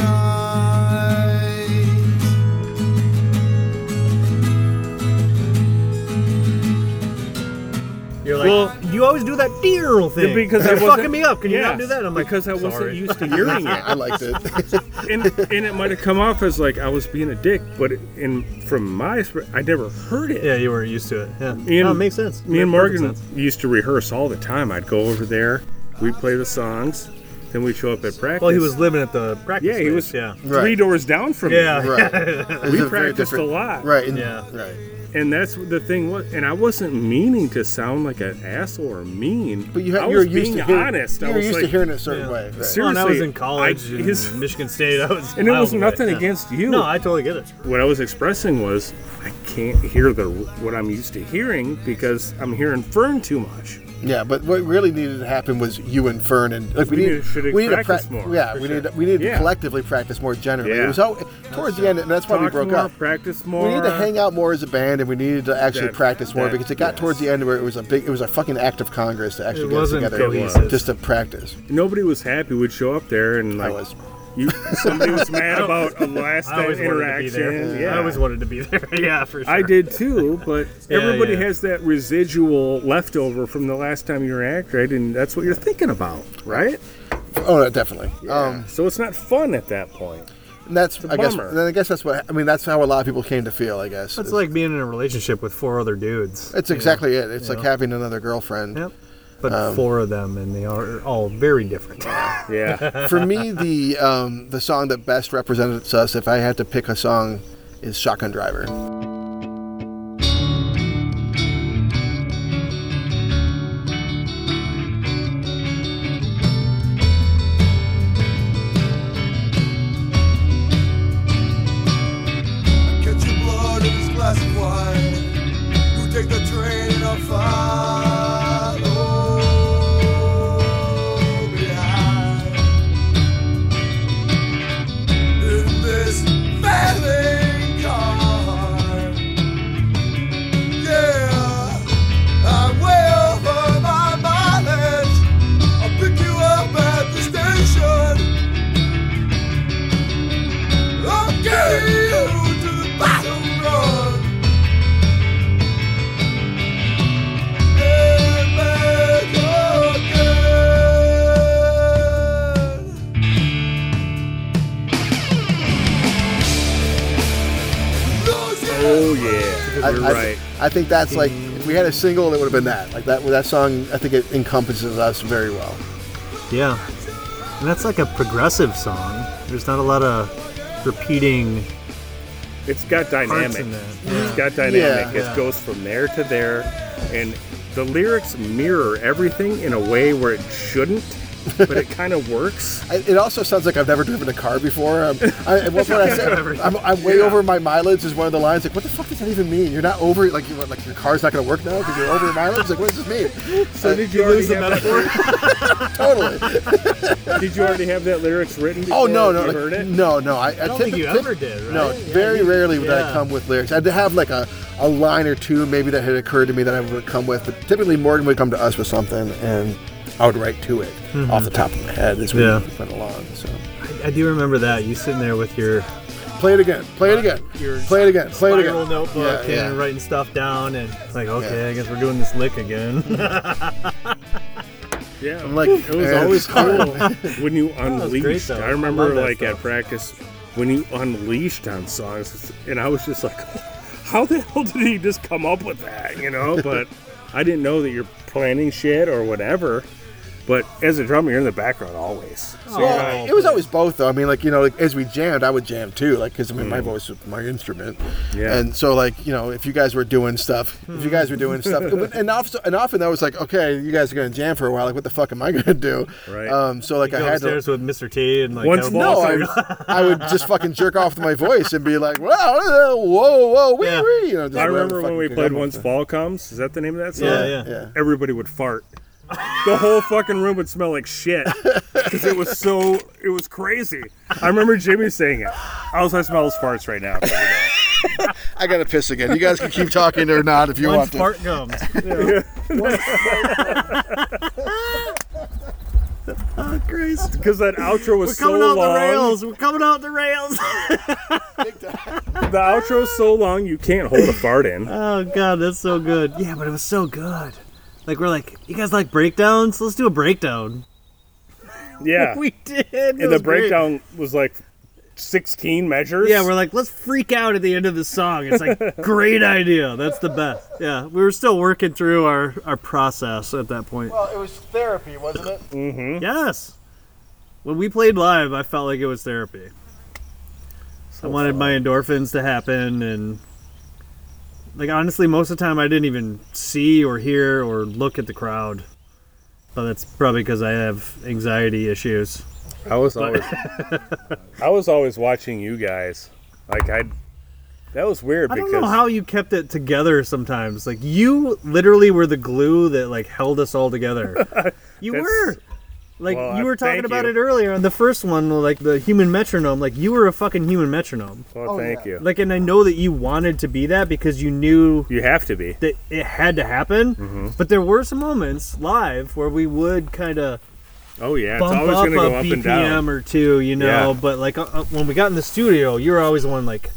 Speaker 2: You're like,
Speaker 3: Well-
Speaker 2: you always do that deer thing.
Speaker 3: Because I
Speaker 2: You're
Speaker 3: wasn't-
Speaker 2: fucking me up. Can you
Speaker 3: Yeah,
Speaker 2: not do that? I'm like,
Speaker 3: because I wasn't e-
Speaker 2: sorry.
Speaker 3: used to hearing it.
Speaker 1: I liked it.
Speaker 3: and, and it might have come off as like I was being a dick, but in from my sp- I never heard it.
Speaker 2: Yeah, you weren't used to it. Yeah,
Speaker 3: Me and-
Speaker 2: no, it makes sense.
Speaker 3: Me and
Speaker 2: Makes perfect
Speaker 3: Morgan
Speaker 2: sense.
Speaker 3: used to rehearse all the time. I'd go over there, we'd play the songs, then we'd show up at practice.
Speaker 2: Well, he was living at the practice.
Speaker 3: yeah, he
Speaker 2: space,
Speaker 3: was
Speaker 2: Yeah.
Speaker 3: three doors down from me.
Speaker 2: Yeah.
Speaker 1: Right. It was
Speaker 3: We
Speaker 1: a very
Speaker 3: practiced a
Speaker 1: different-
Speaker 3: lot,
Speaker 1: Right. and-
Speaker 2: Yeah.
Speaker 1: Right.
Speaker 3: and that's what the thing was. And I wasn't meaning to sound like an asshole or mean,
Speaker 1: But you, ha-
Speaker 3: I
Speaker 1: you were
Speaker 3: was
Speaker 1: used
Speaker 3: being
Speaker 1: to hearing,
Speaker 3: honest.
Speaker 1: You
Speaker 3: I
Speaker 1: were
Speaker 3: was
Speaker 1: used
Speaker 3: like,
Speaker 1: to hearing it a certain
Speaker 2: Yeah.
Speaker 1: way. Right.
Speaker 3: Ser-
Speaker 2: Well, and I was
Speaker 3: Seriously,
Speaker 2: in college
Speaker 3: I-
Speaker 2: in
Speaker 3: his-
Speaker 2: Michigan State. I was,
Speaker 3: and it
Speaker 2: wild
Speaker 3: was
Speaker 2: with
Speaker 3: nothing
Speaker 2: yeah.
Speaker 3: against you.
Speaker 2: No, I totally get it.
Speaker 3: what I was expressing was I can't hear the what I'm used to hearing because I'm hearing Fern too much.
Speaker 1: Yeah, but what really needed to happen was you and Fern and like we,
Speaker 3: We
Speaker 1: need,
Speaker 3: should
Speaker 1: we need to
Speaker 3: practice
Speaker 1: prac-
Speaker 3: more,
Speaker 1: Yeah,
Speaker 3: for
Speaker 1: we
Speaker 3: sure.
Speaker 1: need we need to
Speaker 3: Yeah.
Speaker 1: collectively practice more generally.
Speaker 3: Yeah.
Speaker 1: It was all, towards the end, and that's why we
Speaker 3: Talk
Speaker 1: broke
Speaker 3: more,
Speaker 1: up.
Speaker 3: practice more.
Speaker 1: We needed to hang out more as a band, and we needed to actually
Speaker 3: That-
Speaker 1: practice more
Speaker 3: that-
Speaker 1: because it got
Speaker 3: yes.
Speaker 1: towards the end where it was a big, it was a fucking act of Congress to actually
Speaker 2: It
Speaker 1: get us
Speaker 2: wasn't
Speaker 1: together,
Speaker 2: cohesive.
Speaker 1: just to practice.
Speaker 3: Nobody was happy. We'd show up there and
Speaker 1: I
Speaker 3: like
Speaker 1: was.
Speaker 3: you, somebody was mad about a last
Speaker 2: I
Speaker 3: time
Speaker 2: always wanted to be
Speaker 3: interaction.
Speaker 2: there.
Speaker 3: Yeah,
Speaker 2: I always wanted to be there. yeah, for sure.
Speaker 3: I did too, but
Speaker 2: Yeah,
Speaker 3: everybody
Speaker 2: yeah.
Speaker 3: has that residual leftover from the last time you interacted, and that's what you're thinking about, right?
Speaker 1: Oh, no, definitely. Um,
Speaker 3: so it's not fun at that point.
Speaker 1: And that's I guess.
Speaker 3: bummer.
Speaker 1: And I guess that's what I mean. That's how a lot of people came to feel. I guess
Speaker 2: It's like being in a relationship with four other dudes.
Speaker 1: It's
Speaker 2: you know?
Speaker 1: exactly it. It's
Speaker 2: Yeah.
Speaker 1: like having another girlfriend.
Speaker 2: Yep. But four of them, and they are all very different.
Speaker 3: Yeah.
Speaker 1: For me, the um, the song that best represents us, if I had to pick a song, is Shotgun Driver.
Speaker 7: Catch your blood in this glass of wine. You take the train and I'll follow behind. In this failing car. Yeah, I'm way over my mileage. I'll pick you up at the station. I'll carry you to the bottom run. And make again. Lose your
Speaker 3: oh yeah.
Speaker 1: I,
Speaker 3: You're
Speaker 1: I-
Speaker 3: right.
Speaker 1: I think that's like if we had a single, it would have been that. Like that that song, I think it encompasses us very well.
Speaker 2: yeah. And that's like a progressive song. There's not a lot of repeating
Speaker 3: It's got dynamic.
Speaker 2: parts in there.
Speaker 3: It's got dynamic.
Speaker 2: Yeah.
Speaker 3: It goes from there to there, and the lyrics mirror everything in a way where it shouldn't, but it kind of works.
Speaker 1: I, it also sounds like I've never driven a car before. I'm, I, at one point I said, I'm, I'm way over my mileage is one of the lines. Like, what the fuck does that even mean? You're not over, like, you, like your car's not going to work now because you're over your mileage? Like, what does this mean?
Speaker 3: So did you already have
Speaker 1: Totally.
Speaker 3: that, Did you already have that lyrics written?
Speaker 1: Oh,
Speaker 3: Before
Speaker 1: no,
Speaker 3: you
Speaker 1: no.
Speaker 3: heard
Speaker 1: Like,
Speaker 3: it.
Speaker 1: no, no. I, I
Speaker 2: I don't think
Speaker 1: typ-
Speaker 2: you
Speaker 1: typ-
Speaker 2: ever did, right?
Speaker 1: No, very rarely would I
Speaker 2: yeah.
Speaker 1: come with lyrics. I'd have like a, a line or two maybe that had occurred to me that I would come with, but typically Morgan would come to us with something and I would write to it off the top of my head as we
Speaker 2: Mm-hmm. Yeah.
Speaker 1: went along. So
Speaker 2: I do remember that. You sitting there with your
Speaker 1: play it again, play it again,
Speaker 2: Your
Speaker 1: play it again, play it again.
Speaker 2: spiral notebook
Speaker 1: Yeah, yeah.
Speaker 2: and writing stuff down, and it's like, okay,
Speaker 1: Yeah.
Speaker 2: I guess we're doing this lick again.
Speaker 3: Yeah.
Speaker 1: I'm like,
Speaker 3: it was
Speaker 1: eh, it's
Speaker 3: always
Speaker 1: hard.
Speaker 3: cool when you
Speaker 2: was great,
Speaker 3: unleashed.
Speaker 2: though.
Speaker 3: I
Speaker 2: I
Speaker 3: remember
Speaker 2: love that
Speaker 3: like at
Speaker 2: stuff.
Speaker 3: practice when you unleashed on songs, and I was just like, how the hell did he just come up with that? You know, but I didn't know that you're planning shit or whatever. But as a drummer, you're in the background always.
Speaker 2: Oh,
Speaker 3: So you're not-
Speaker 1: Well, it was always both, though. I mean, like you know, like as we jammed, I would jam too, like because I mean, my voice was my instrument,
Speaker 3: Mm. Yeah.
Speaker 1: And so, like you know, if you guys were doing stuff, if you guys were
Speaker 3: Hmm.
Speaker 1: doing stuff, it would- and often, and often that was like, okay, you guys are gonna jam for a while. Like, what the fuck am I gonna do?
Speaker 3: Right.
Speaker 1: Um. So like, I
Speaker 2: Go
Speaker 1: had to.
Speaker 2: upstairs with Mr. T and like
Speaker 3: Once-
Speaker 2: have a
Speaker 1: No,
Speaker 2: ball
Speaker 1: I, I would just fucking jerk off to my voice and be like, "Wow, whoa, whoa, wee,
Speaker 2: Yeah.
Speaker 1: wee," you know, just
Speaker 3: I
Speaker 1: whatever
Speaker 3: remember
Speaker 1: the
Speaker 3: when
Speaker 1: fuck
Speaker 3: we
Speaker 1: you could
Speaker 3: played
Speaker 1: come up
Speaker 3: Once
Speaker 1: with.
Speaker 3: Fall Comes. Is that the name of that song?
Speaker 2: Yeah, yeah.
Speaker 1: Yeah.
Speaker 3: Everybody would fart. The whole fucking room would smell like shit because it was so it was crazy. I remember Jimmy saying it. I was I smells farts right now.
Speaker 1: I gotta piss again. You guys can keep talking or not if you
Speaker 2: One
Speaker 1: want to.
Speaker 2: fart gums.
Speaker 1: Ah,
Speaker 3: Because that outro was
Speaker 2: We're
Speaker 3: so
Speaker 2: coming
Speaker 3: long.
Speaker 2: out the rails. We're coming out the rails.
Speaker 3: The outro was so long you can't hold a fart in.
Speaker 2: oh god, that's so good. Yeah, but it was so good. Like we're like, you guys like breakdowns? Let's do a breakdown.
Speaker 3: Yeah.
Speaker 2: We did. It
Speaker 3: and the
Speaker 2: was great.
Speaker 3: breakdown was like 16 measures.
Speaker 2: Yeah, we're like, let's freak out at the end of the song. It's like, great idea. That's the best. Yeah, we were still working through our, our process at that point.
Speaker 1: Well, it was therapy, wasn't it?
Speaker 2: Yes. When we played live, I felt like it was therapy. I wanted my endorphins to happen and like honestly most of the time I didn't even see or hear or look at the crowd. But that's probably because I have anxiety issues.
Speaker 3: I was always I was always watching you guys. Like I that was weird
Speaker 2: I don't
Speaker 3: because
Speaker 2: know how you kept it together sometimes. Like you literally were the glue that like held us all together. you
Speaker 3: That's-
Speaker 2: were. Like
Speaker 3: well,
Speaker 2: you
Speaker 3: I-
Speaker 2: were talking
Speaker 3: thank
Speaker 2: about
Speaker 3: you.
Speaker 2: it earlier on the first one, like the human metronome. Like you were a fucking human metronome.
Speaker 3: Well, thank you.
Speaker 2: Like, and I know that you wanted to be that because you knew
Speaker 3: You have to be.
Speaker 2: that it had to happen.
Speaker 3: Mm-hmm.
Speaker 2: But there were some moments live where we would kind of
Speaker 3: Oh yeah, it's
Speaker 2: bump
Speaker 3: always
Speaker 2: up
Speaker 3: going
Speaker 2: a
Speaker 3: to go up and down.
Speaker 2: BPM or two, you know.
Speaker 3: Yeah.
Speaker 2: But like uh, uh, when we got in the studio, you were always the one like,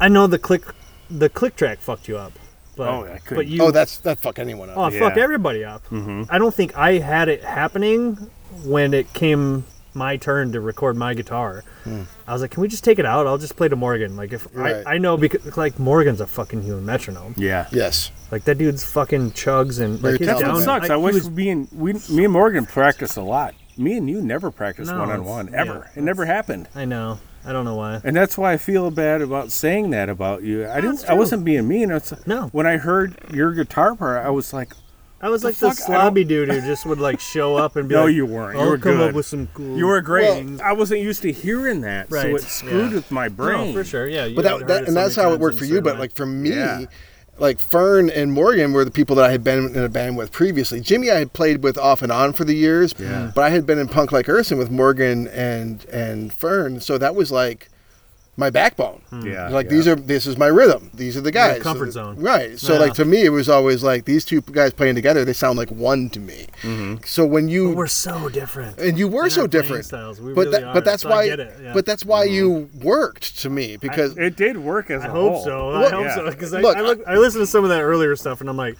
Speaker 2: I know the click, the click track fucked you up. But,
Speaker 3: Oh, I couldn't-
Speaker 2: but you,
Speaker 1: Oh, that's that fuck anyone up.
Speaker 2: oh,
Speaker 3: yeah.
Speaker 1: Mm-hmm.
Speaker 2: fucked everybody up. I don't think I had it happening when it came my turn to record my guitar. I was like, can we just take it out? I'll just play to Morgan. Like if
Speaker 1: Hmm. Right.
Speaker 2: I, I know because like Morgan's a fucking human metronome.
Speaker 3: Yeah.
Speaker 1: Yes.
Speaker 2: Like that dude's fucking chugs and like he's
Speaker 1: That's what
Speaker 3: That's
Speaker 2: down.
Speaker 3: what sucks. I,
Speaker 2: he
Speaker 3: wish
Speaker 2: was-
Speaker 3: me and we, me and Morgan practice a lot. Me and you never practice
Speaker 2: No,
Speaker 3: one on one
Speaker 2: it's-
Speaker 3: ever.
Speaker 2: yeah,
Speaker 3: it never happened.
Speaker 2: I know. I don't know why.
Speaker 3: And that's why I feel bad about saying that about you. I didn't.
Speaker 2: it's
Speaker 3: I wasn't being mean. It's,
Speaker 2: No.
Speaker 3: When I heard your guitar part, I was like,
Speaker 2: I was
Speaker 3: The
Speaker 2: like the
Speaker 3: fuck? I don't-
Speaker 2: slobby dude who just would like show up and be
Speaker 3: No,
Speaker 2: like,
Speaker 3: you weren't. You
Speaker 2: I'll
Speaker 3: were
Speaker 2: come up
Speaker 3: good.
Speaker 2: with some cool.
Speaker 3: "You were great."
Speaker 2: things."
Speaker 3: I wasn't used to hearing that,
Speaker 2: Right,
Speaker 3: so it screwed
Speaker 2: yeah.
Speaker 3: with my
Speaker 2: No,
Speaker 3: brain.
Speaker 2: for sure. Yeah. you
Speaker 1: but
Speaker 2: had
Speaker 1: that,
Speaker 2: heard
Speaker 1: that and
Speaker 2: it so
Speaker 1: that's
Speaker 2: many
Speaker 1: how it
Speaker 2: times
Speaker 1: worked
Speaker 2: in
Speaker 1: for
Speaker 2: a
Speaker 1: you.
Speaker 2: certain
Speaker 1: But
Speaker 2: way.
Speaker 1: like for me,
Speaker 3: Yeah.
Speaker 1: like Fern and Morgan were the people that I had been in a band with previously. Jimmy I had played with off and on for the years,
Speaker 3: Yeah.
Speaker 1: but I had been in Punk Like Urson with Morgan and and Fern, so that was like my backbone.
Speaker 3: Yeah,
Speaker 1: like
Speaker 3: yeah.
Speaker 1: these are this is my rhythm. These are the guys.
Speaker 2: Hmm. comfort
Speaker 1: So-
Speaker 2: zone.
Speaker 1: Right. So
Speaker 2: Yeah.
Speaker 1: like to me, it was always like these two guys playing together. They sound like one to me.
Speaker 3: Mm-hmm.
Speaker 1: So when you
Speaker 2: We're so different.
Speaker 1: and you were
Speaker 2: in
Speaker 1: so
Speaker 2: our playing
Speaker 1: different.
Speaker 2: styles. We
Speaker 1: but
Speaker 2: really
Speaker 1: that,
Speaker 2: are,
Speaker 1: but that's
Speaker 2: so I
Speaker 1: why
Speaker 2: get it, yeah.
Speaker 1: but that's why you
Speaker 3: Mm-hmm.
Speaker 1: worked to me because
Speaker 3: It did work as a
Speaker 2: I
Speaker 3: whole.
Speaker 2: hope so. I
Speaker 1: Look-
Speaker 2: hope
Speaker 3: Yeah.
Speaker 2: so because I,
Speaker 1: Look,
Speaker 2: I, look, I listened to some of that earlier stuff and I'm like,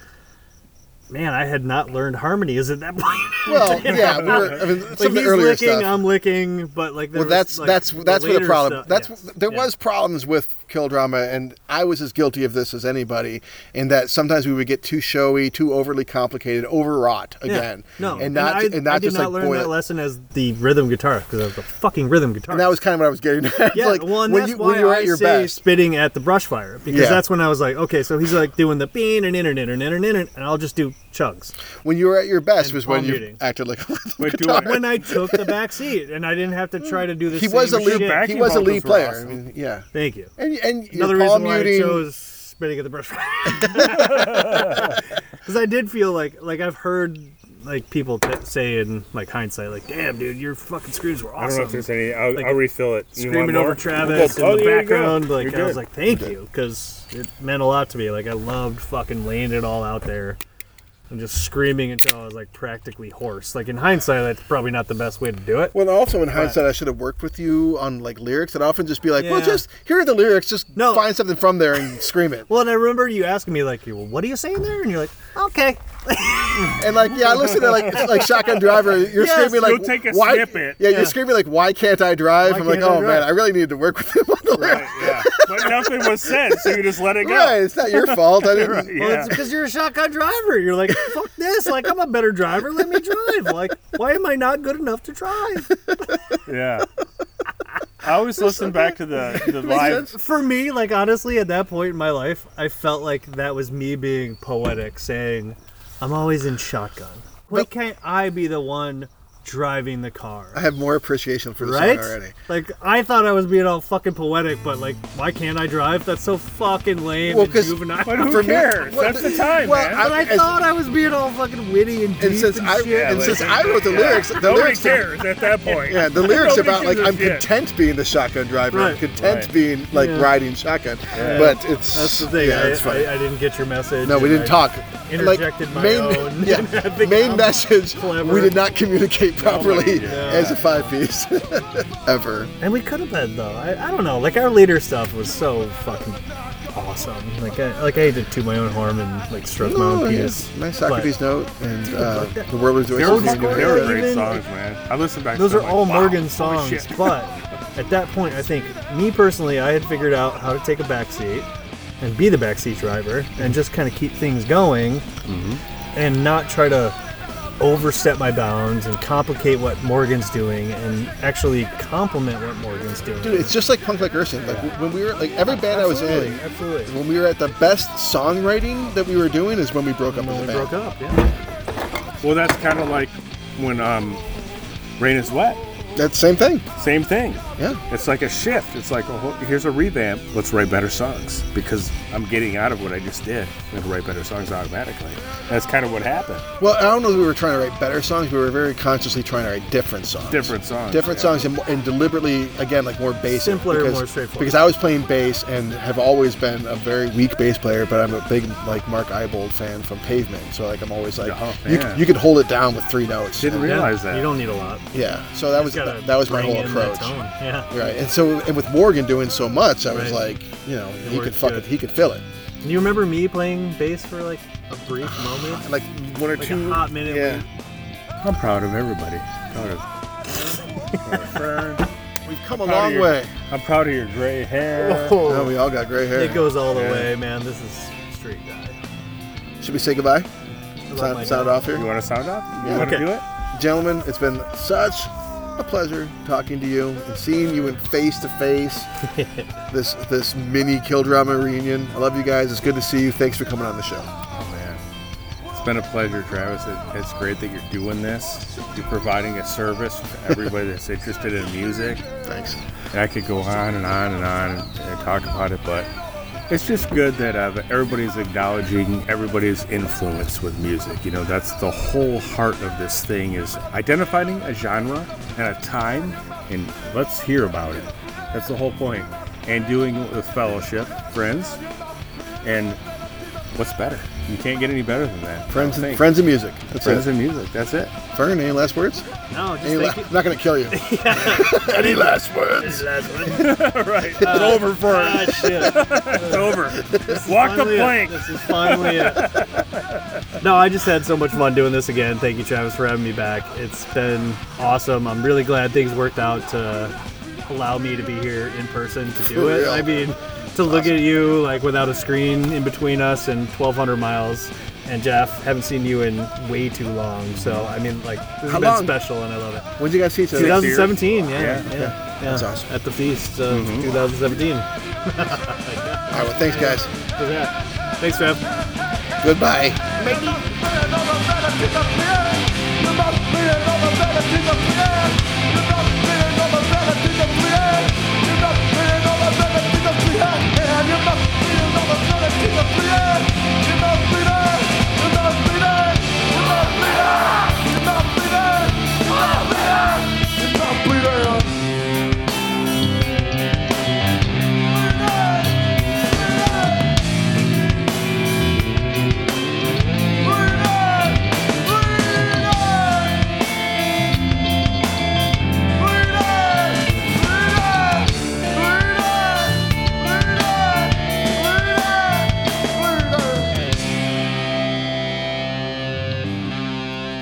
Speaker 2: man, I had not learned harmony. Is it that point?
Speaker 1: well yeah we were, I mean, some
Speaker 2: like
Speaker 1: of the
Speaker 2: he's
Speaker 1: earlier
Speaker 2: licking,
Speaker 1: stuff.
Speaker 2: I'm licking, but like there
Speaker 1: well,
Speaker 2: was,
Speaker 1: that's
Speaker 2: like,
Speaker 1: that's
Speaker 2: the
Speaker 1: that's where the
Speaker 2: later
Speaker 1: problem.
Speaker 2: stuff-
Speaker 1: that's
Speaker 2: yeah.
Speaker 1: there
Speaker 2: Yeah.
Speaker 1: was problems with Kill Drama, and I was as guilty of this as anybody. In that sometimes we would get too showy, too overly complicated, overwrought
Speaker 2: Yeah.
Speaker 1: again.
Speaker 2: No,
Speaker 1: and not
Speaker 2: I,
Speaker 1: and not
Speaker 2: I did
Speaker 1: just
Speaker 2: not
Speaker 1: like
Speaker 2: learn
Speaker 1: boil
Speaker 2: that
Speaker 1: it.
Speaker 2: lesson as the rhythm guitar because I was the fucking rhythm guitar.
Speaker 1: And that was kind of what I was getting. at.
Speaker 2: Yeah,
Speaker 1: like
Speaker 2: well, and
Speaker 1: when
Speaker 2: that's
Speaker 1: you
Speaker 2: why
Speaker 1: when you were
Speaker 2: I
Speaker 1: at your
Speaker 2: say
Speaker 1: best.
Speaker 2: spitting at the brush fire because
Speaker 1: Yeah.
Speaker 2: that's when I was like, okay, so he's like doing the bean and in and in and in and in and I'll just do chugs.
Speaker 1: When you were at your best
Speaker 2: and
Speaker 1: was when
Speaker 2: palm
Speaker 1: you
Speaker 2: muting.
Speaker 1: acted like. a
Speaker 3: But do I,
Speaker 2: When I took the back seat and I didn't have to try to do this.
Speaker 1: he was a lead.
Speaker 3: back-
Speaker 1: He
Speaker 3: Backing
Speaker 1: was a
Speaker 3: vocals
Speaker 1: lead
Speaker 3: were
Speaker 1: player.
Speaker 3: awesome.
Speaker 1: I mean, yeah.
Speaker 2: Thank you.
Speaker 1: And and your
Speaker 2: Another
Speaker 1: palm
Speaker 2: reason why
Speaker 1: muting.
Speaker 2: I chose spitting at the brush fire because I did feel like like I've heard like people t- say in like hindsight like, damn dude, your fucking screams were
Speaker 8: I don't
Speaker 2: awesome.
Speaker 8: know if there's any. I'll,
Speaker 2: Like,
Speaker 8: I'll refill it. You want
Speaker 2: screaming over
Speaker 8: more?
Speaker 2: Travis
Speaker 8: Oh,
Speaker 2: in the
Speaker 8: there you go.
Speaker 2: background. Like
Speaker 8: You're
Speaker 2: I was
Speaker 8: good.
Speaker 2: like, thank you, because it meant a lot to me. Like I loved fucking laying it all out there and just screaming until I was like practically hoarse. Like in hindsight, that's probably not the best way to do it.
Speaker 1: Well, and also in hindsight, I should have worked with you on like lyrics. I'd often just be like, "Well,
Speaker 2: Yeah.
Speaker 1: just here are the lyrics. Just
Speaker 2: No.
Speaker 1: find something from there and scream it."
Speaker 2: Well, and I remember you asking me like, well, "What are you saying there?" And you're like, "Okay."
Speaker 1: And like, yeah, I listen to like like Shotgun Driver. You're
Speaker 2: Yes,
Speaker 1: screaming like,
Speaker 3: you'll take a
Speaker 1: "Why?"
Speaker 3: snippet.
Speaker 1: Yeah,
Speaker 2: Yeah.
Speaker 1: you're screaming like, "Why can't I drive?"
Speaker 2: Why
Speaker 1: I'm like,
Speaker 2: can't I
Speaker 1: "Oh man,
Speaker 2: drive?"
Speaker 1: I really needed to work with him on the lyrics."
Speaker 3: yeah. But nothing was said, so you just let it go.
Speaker 1: Right, it's not your fault. I didn't.
Speaker 2: Well,
Speaker 3: Yeah.
Speaker 2: it's because you're a shotgun driver. You're like, "Fuck this!" Like I'm a better driver. Let me drive. Like, why am I not good enough to drive?
Speaker 3: Yeah. I always listen back to the, the live.
Speaker 2: for me, like honestly, at that point in my life, I felt like that was me being poetic, saying, "I'm always in shotgun. Why
Speaker 1: But-
Speaker 2: can't I be the one driving the car?"
Speaker 1: I have more appreciation for this
Speaker 2: Right?
Speaker 1: one already.
Speaker 2: Like I thought I was being all fucking poetic, but like, why can't I drive? That's so fucking lame
Speaker 1: Well,
Speaker 2: and
Speaker 1: 'cause-
Speaker 2: juvenile.
Speaker 3: But who
Speaker 1: For me-
Speaker 3: cares? That's the time,
Speaker 1: well,
Speaker 3: man.
Speaker 2: but I
Speaker 1: as-
Speaker 2: thought I was being all fucking witty and deep
Speaker 1: And since I
Speaker 2: shit.
Speaker 1: and
Speaker 3: like-
Speaker 1: since I wrote the lyrics, the
Speaker 3: Nobody
Speaker 1: lyrics
Speaker 3: cares at that point.
Speaker 1: Yeah, the lyrics
Speaker 3: Nobody
Speaker 1: about like
Speaker 3: gives a
Speaker 1: I'm
Speaker 3: shit.
Speaker 1: content being the shotgun driver, I'm
Speaker 2: Right.
Speaker 1: content
Speaker 3: Right.
Speaker 1: being like
Speaker 2: Yeah.
Speaker 1: riding shotgun, but it's
Speaker 2: That's the thing.
Speaker 1: Yeah,
Speaker 2: I,
Speaker 1: it's fine.
Speaker 2: I, I didn't get your message.
Speaker 1: no, we
Speaker 2: and
Speaker 1: didn't
Speaker 2: I-
Speaker 1: talk.
Speaker 2: interjected my
Speaker 1: main,
Speaker 2: own.
Speaker 1: Yeah,
Speaker 2: I think
Speaker 1: main
Speaker 2: I'm
Speaker 1: message. We
Speaker 2: clever. Oh
Speaker 1: did not communicate properly as a five piece ever.
Speaker 2: And we could have been though. I, I don't know. Like our later stuff was so fucking awesome. Like I like I hate to toot my own horn and like stroke my own
Speaker 1: Oh,
Speaker 2: penis.
Speaker 1: yeah. Nice
Speaker 2: but
Speaker 1: Socrates note and uh, the world was
Speaker 3: They were,
Speaker 1: doing
Speaker 2: Those
Speaker 3: fucking-
Speaker 2: are
Speaker 3: they were great
Speaker 2: even-
Speaker 3: songs, man. I listen back.
Speaker 2: Those
Speaker 3: to
Speaker 2: are
Speaker 3: them,
Speaker 2: all
Speaker 3: like, wow,
Speaker 2: Morgan
Speaker 3: holy
Speaker 2: songs,
Speaker 3: shit.
Speaker 2: but at that point I think me personally I had figured out how to take a backseat and be the backseat driver and just kind of keep things going
Speaker 1: Mm-hmm.
Speaker 2: and not try to overstep my bounds and complicate what Morgan's doing and actually compliment what Morgan's doing.
Speaker 1: Dude, it's just like punk like Urson. Like when we were like every band I
Speaker 2: absolutely,
Speaker 1: was in.
Speaker 2: absolutely.
Speaker 1: When we were at the best songwriting that we were doing is when we broke up
Speaker 2: When
Speaker 1: as a
Speaker 2: we
Speaker 1: band.
Speaker 2: broke up, yeah.
Speaker 3: Well, that's kind of like when um, Rain is Wet.
Speaker 1: That's the same thing.
Speaker 3: Same thing.
Speaker 1: Yeah.
Speaker 3: It's like a shift. It's like, oh, here's a revamp. Let's write better songs because I'm getting out of what I just did. I'm going to write better songs automatically. That's kind of what happened.
Speaker 1: Well, I don't know if we were trying to write better songs. We were very consciously trying to write different songs.
Speaker 3: Different songs.
Speaker 1: Different
Speaker 3: yeah.
Speaker 1: songs and, and deliberately, again, like more basic.
Speaker 2: Simpler,
Speaker 1: because,
Speaker 2: more straightforward.
Speaker 1: Because I was playing bass and have always been a very weak bass player, but I'm a big like Mark Eibold fan from Pavement. So like I'm always like,
Speaker 3: Oh,
Speaker 1: you,
Speaker 3: man.
Speaker 1: you could hold it down with three notes.
Speaker 3: Didn't realize
Speaker 2: Yeah,
Speaker 3: that.
Speaker 2: You don't need a lot.
Speaker 1: yeah. So that was
Speaker 2: Just gotta
Speaker 1: that, that was my
Speaker 2: bring
Speaker 1: whole
Speaker 2: in that
Speaker 1: approach.
Speaker 2: tone, Yeah.
Speaker 1: Right. And so and with Morgan doing so much, I was
Speaker 2: Right.
Speaker 1: like, you know, he could
Speaker 2: worked
Speaker 1: fuck
Speaker 2: good.
Speaker 1: it. He could fill it.
Speaker 2: Do you remember me playing bass for like a brief moment?
Speaker 1: Like one or
Speaker 2: Like a
Speaker 1: two.
Speaker 2: hot minute.
Speaker 1: yeah.
Speaker 3: I'm proud of everybody. Proud of Fern,
Speaker 9: We've come a
Speaker 3: proud of
Speaker 9: long
Speaker 3: your-
Speaker 9: way.
Speaker 3: I'm proud of your gray
Speaker 1: Oh,
Speaker 3: hair.
Speaker 2: Oh.
Speaker 9: Now we all got gray hair.
Speaker 2: It goes all the way, man. This is straight guy.
Speaker 9: Should we say goodbye?
Speaker 2: I love my
Speaker 9: Sound, sound
Speaker 2: dad.
Speaker 9: off here.
Speaker 3: You want to sound off? You want to
Speaker 2: Okay.
Speaker 3: do it?
Speaker 9: Gentlemen, it's been such a pleasure talking to you and seeing you in face to face. This this mini Kill Drama reunion. I love you guys. It's good to see you. Thanks for coming on the show.
Speaker 3: Oh man, it's been a pleasure, Travis. It, it's great that you're doing this. You're providing a service to everybody that's interested in music.
Speaker 9: Thanks.
Speaker 3: And I could go on and on and on and, and talk about it, but it's just good that uh, everybody's acknowledging everybody's influence with music. You know, that's the whole heart of this thing is identifying a genre and a time, and let's hear about it. That's the whole point. And doing it with fellowship, friends, and what's better? You can't get any better than that.
Speaker 9: Friends
Speaker 3: and
Speaker 9: and friends and music. That's
Speaker 3: friends
Speaker 9: it.
Speaker 3: and music. That's it.
Speaker 9: Fern, any last words?
Speaker 2: No, just
Speaker 9: Any la-
Speaker 2: thank you.
Speaker 9: I'm not gonna kill you. any last words?
Speaker 2: Last one.
Speaker 3: right. It's over for us.
Speaker 2: Ah, shit.
Speaker 3: It's over. Walk the
Speaker 2: Finally it.
Speaker 3: plank.
Speaker 2: This is finally it. No, I just had so much fun doing this again. Thank you, Travis, for having me back. It's been awesome. I'm really glad things worked out to allow me to be here in person to do
Speaker 9: For
Speaker 2: it.
Speaker 9: real.
Speaker 2: I mean, to look at you like without a screen in between us and 1,200 miles. And Jeff, haven't seen you in way too long. So I mean, like this has
Speaker 9: How
Speaker 2: been
Speaker 9: long?
Speaker 2: special, and I love it.
Speaker 9: When did you guys see each other?
Speaker 2: 2017, yeah,
Speaker 3: Yeah.
Speaker 2: yeah, yeah,
Speaker 9: That's awesome. Mm-hmm.
Speaker 2: At the feast of 2017.
Speaker 9: All right, well, thanks guys.
Speaker 2: So, yeah. Thanks, Jeff.
Speaker 9: Goodbye.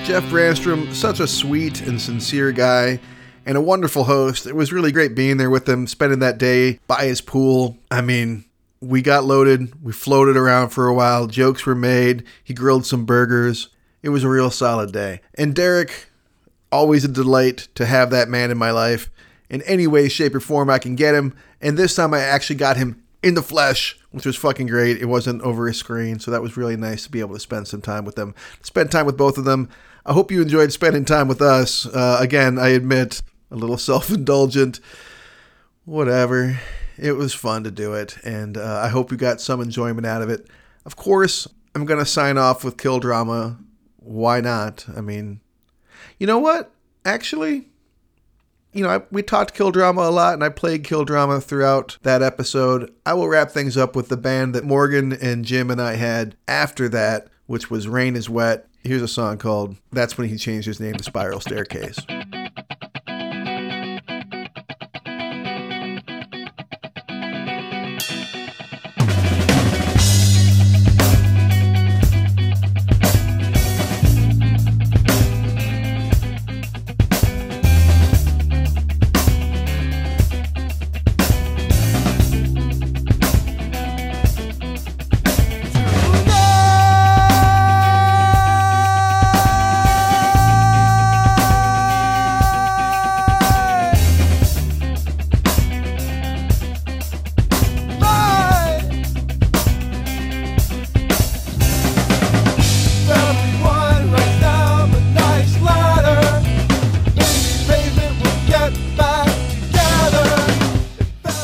Speaker 1: Jeff Branstrom, such a sweet and sincere guy and a wonderful host. It was really great being there with him, spending that day by his pool. I mean, we got loaded, we floated around for a while, jokes were made, he grilled some burgers. It was a real solid day. And Derek, always a delight to have that man in my life in any way, shape, or form I can get him. And this time I actually got him in the flesh, which was fucking great. It wasn't over a screen, so that was really nice to be able to spend some time with them. Spend time with both of them. I hope you enjoyed spending time with us. Uh, again, I admit, a little self indulgent whatever. It was fun to do it, and uh, I hope you got some enjoyment out of it. Of course, I'm going to sign off with Kill Drama. Why not? I mean, you know what? Actually, you know, I, we talked Kill Drama a lot, and I played Kill Drama throughout that episode. I will wrap things up with the band that Morgan and Jim and I had after that, which was Rain is Wet. Here's a song called That's When He Changed His Name to Spiral Staircase.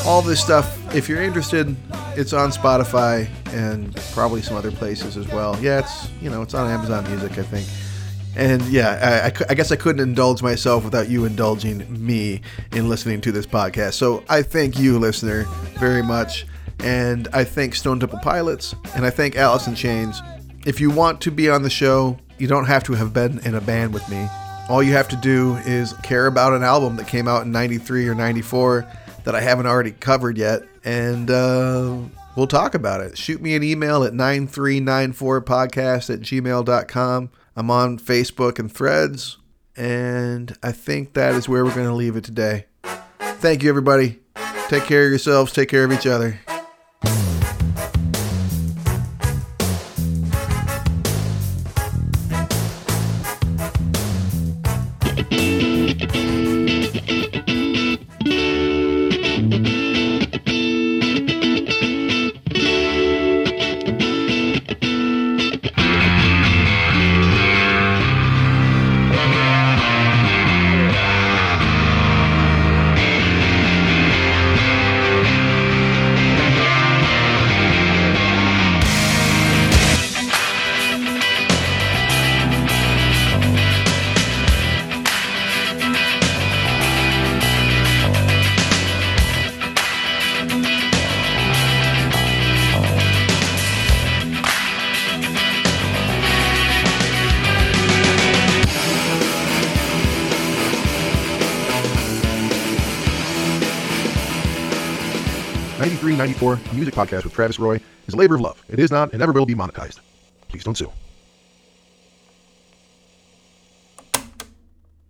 Speaker 1: all this stuff if you're interested it's on spotify and probably some other places as well yeah it's you know it's on amazon music i think and yeah I- I, cou- I guess i couldn't indulge myself without you indulging me in listening to this podcast so i thank you listener very much and i thank stone temple pilots and i thank alice in chains if you want to be on the show you don't have to have been in a band with me all you have to do is care about an album that came out in 93 or 94 that I haven't already covered yet, and uh, we'll talk about it. Shoot me an email at 9394podcast at gmail.com. I'm on Facebook and threads, And I think that is where we're going to leave it today. Thank you, everybody. Take care of yourselves. Take care of each other. Ninety three, ninety four, a music podcast with Travis Roy, is a labor of love. It is not and never will be monetized. Please don't sue.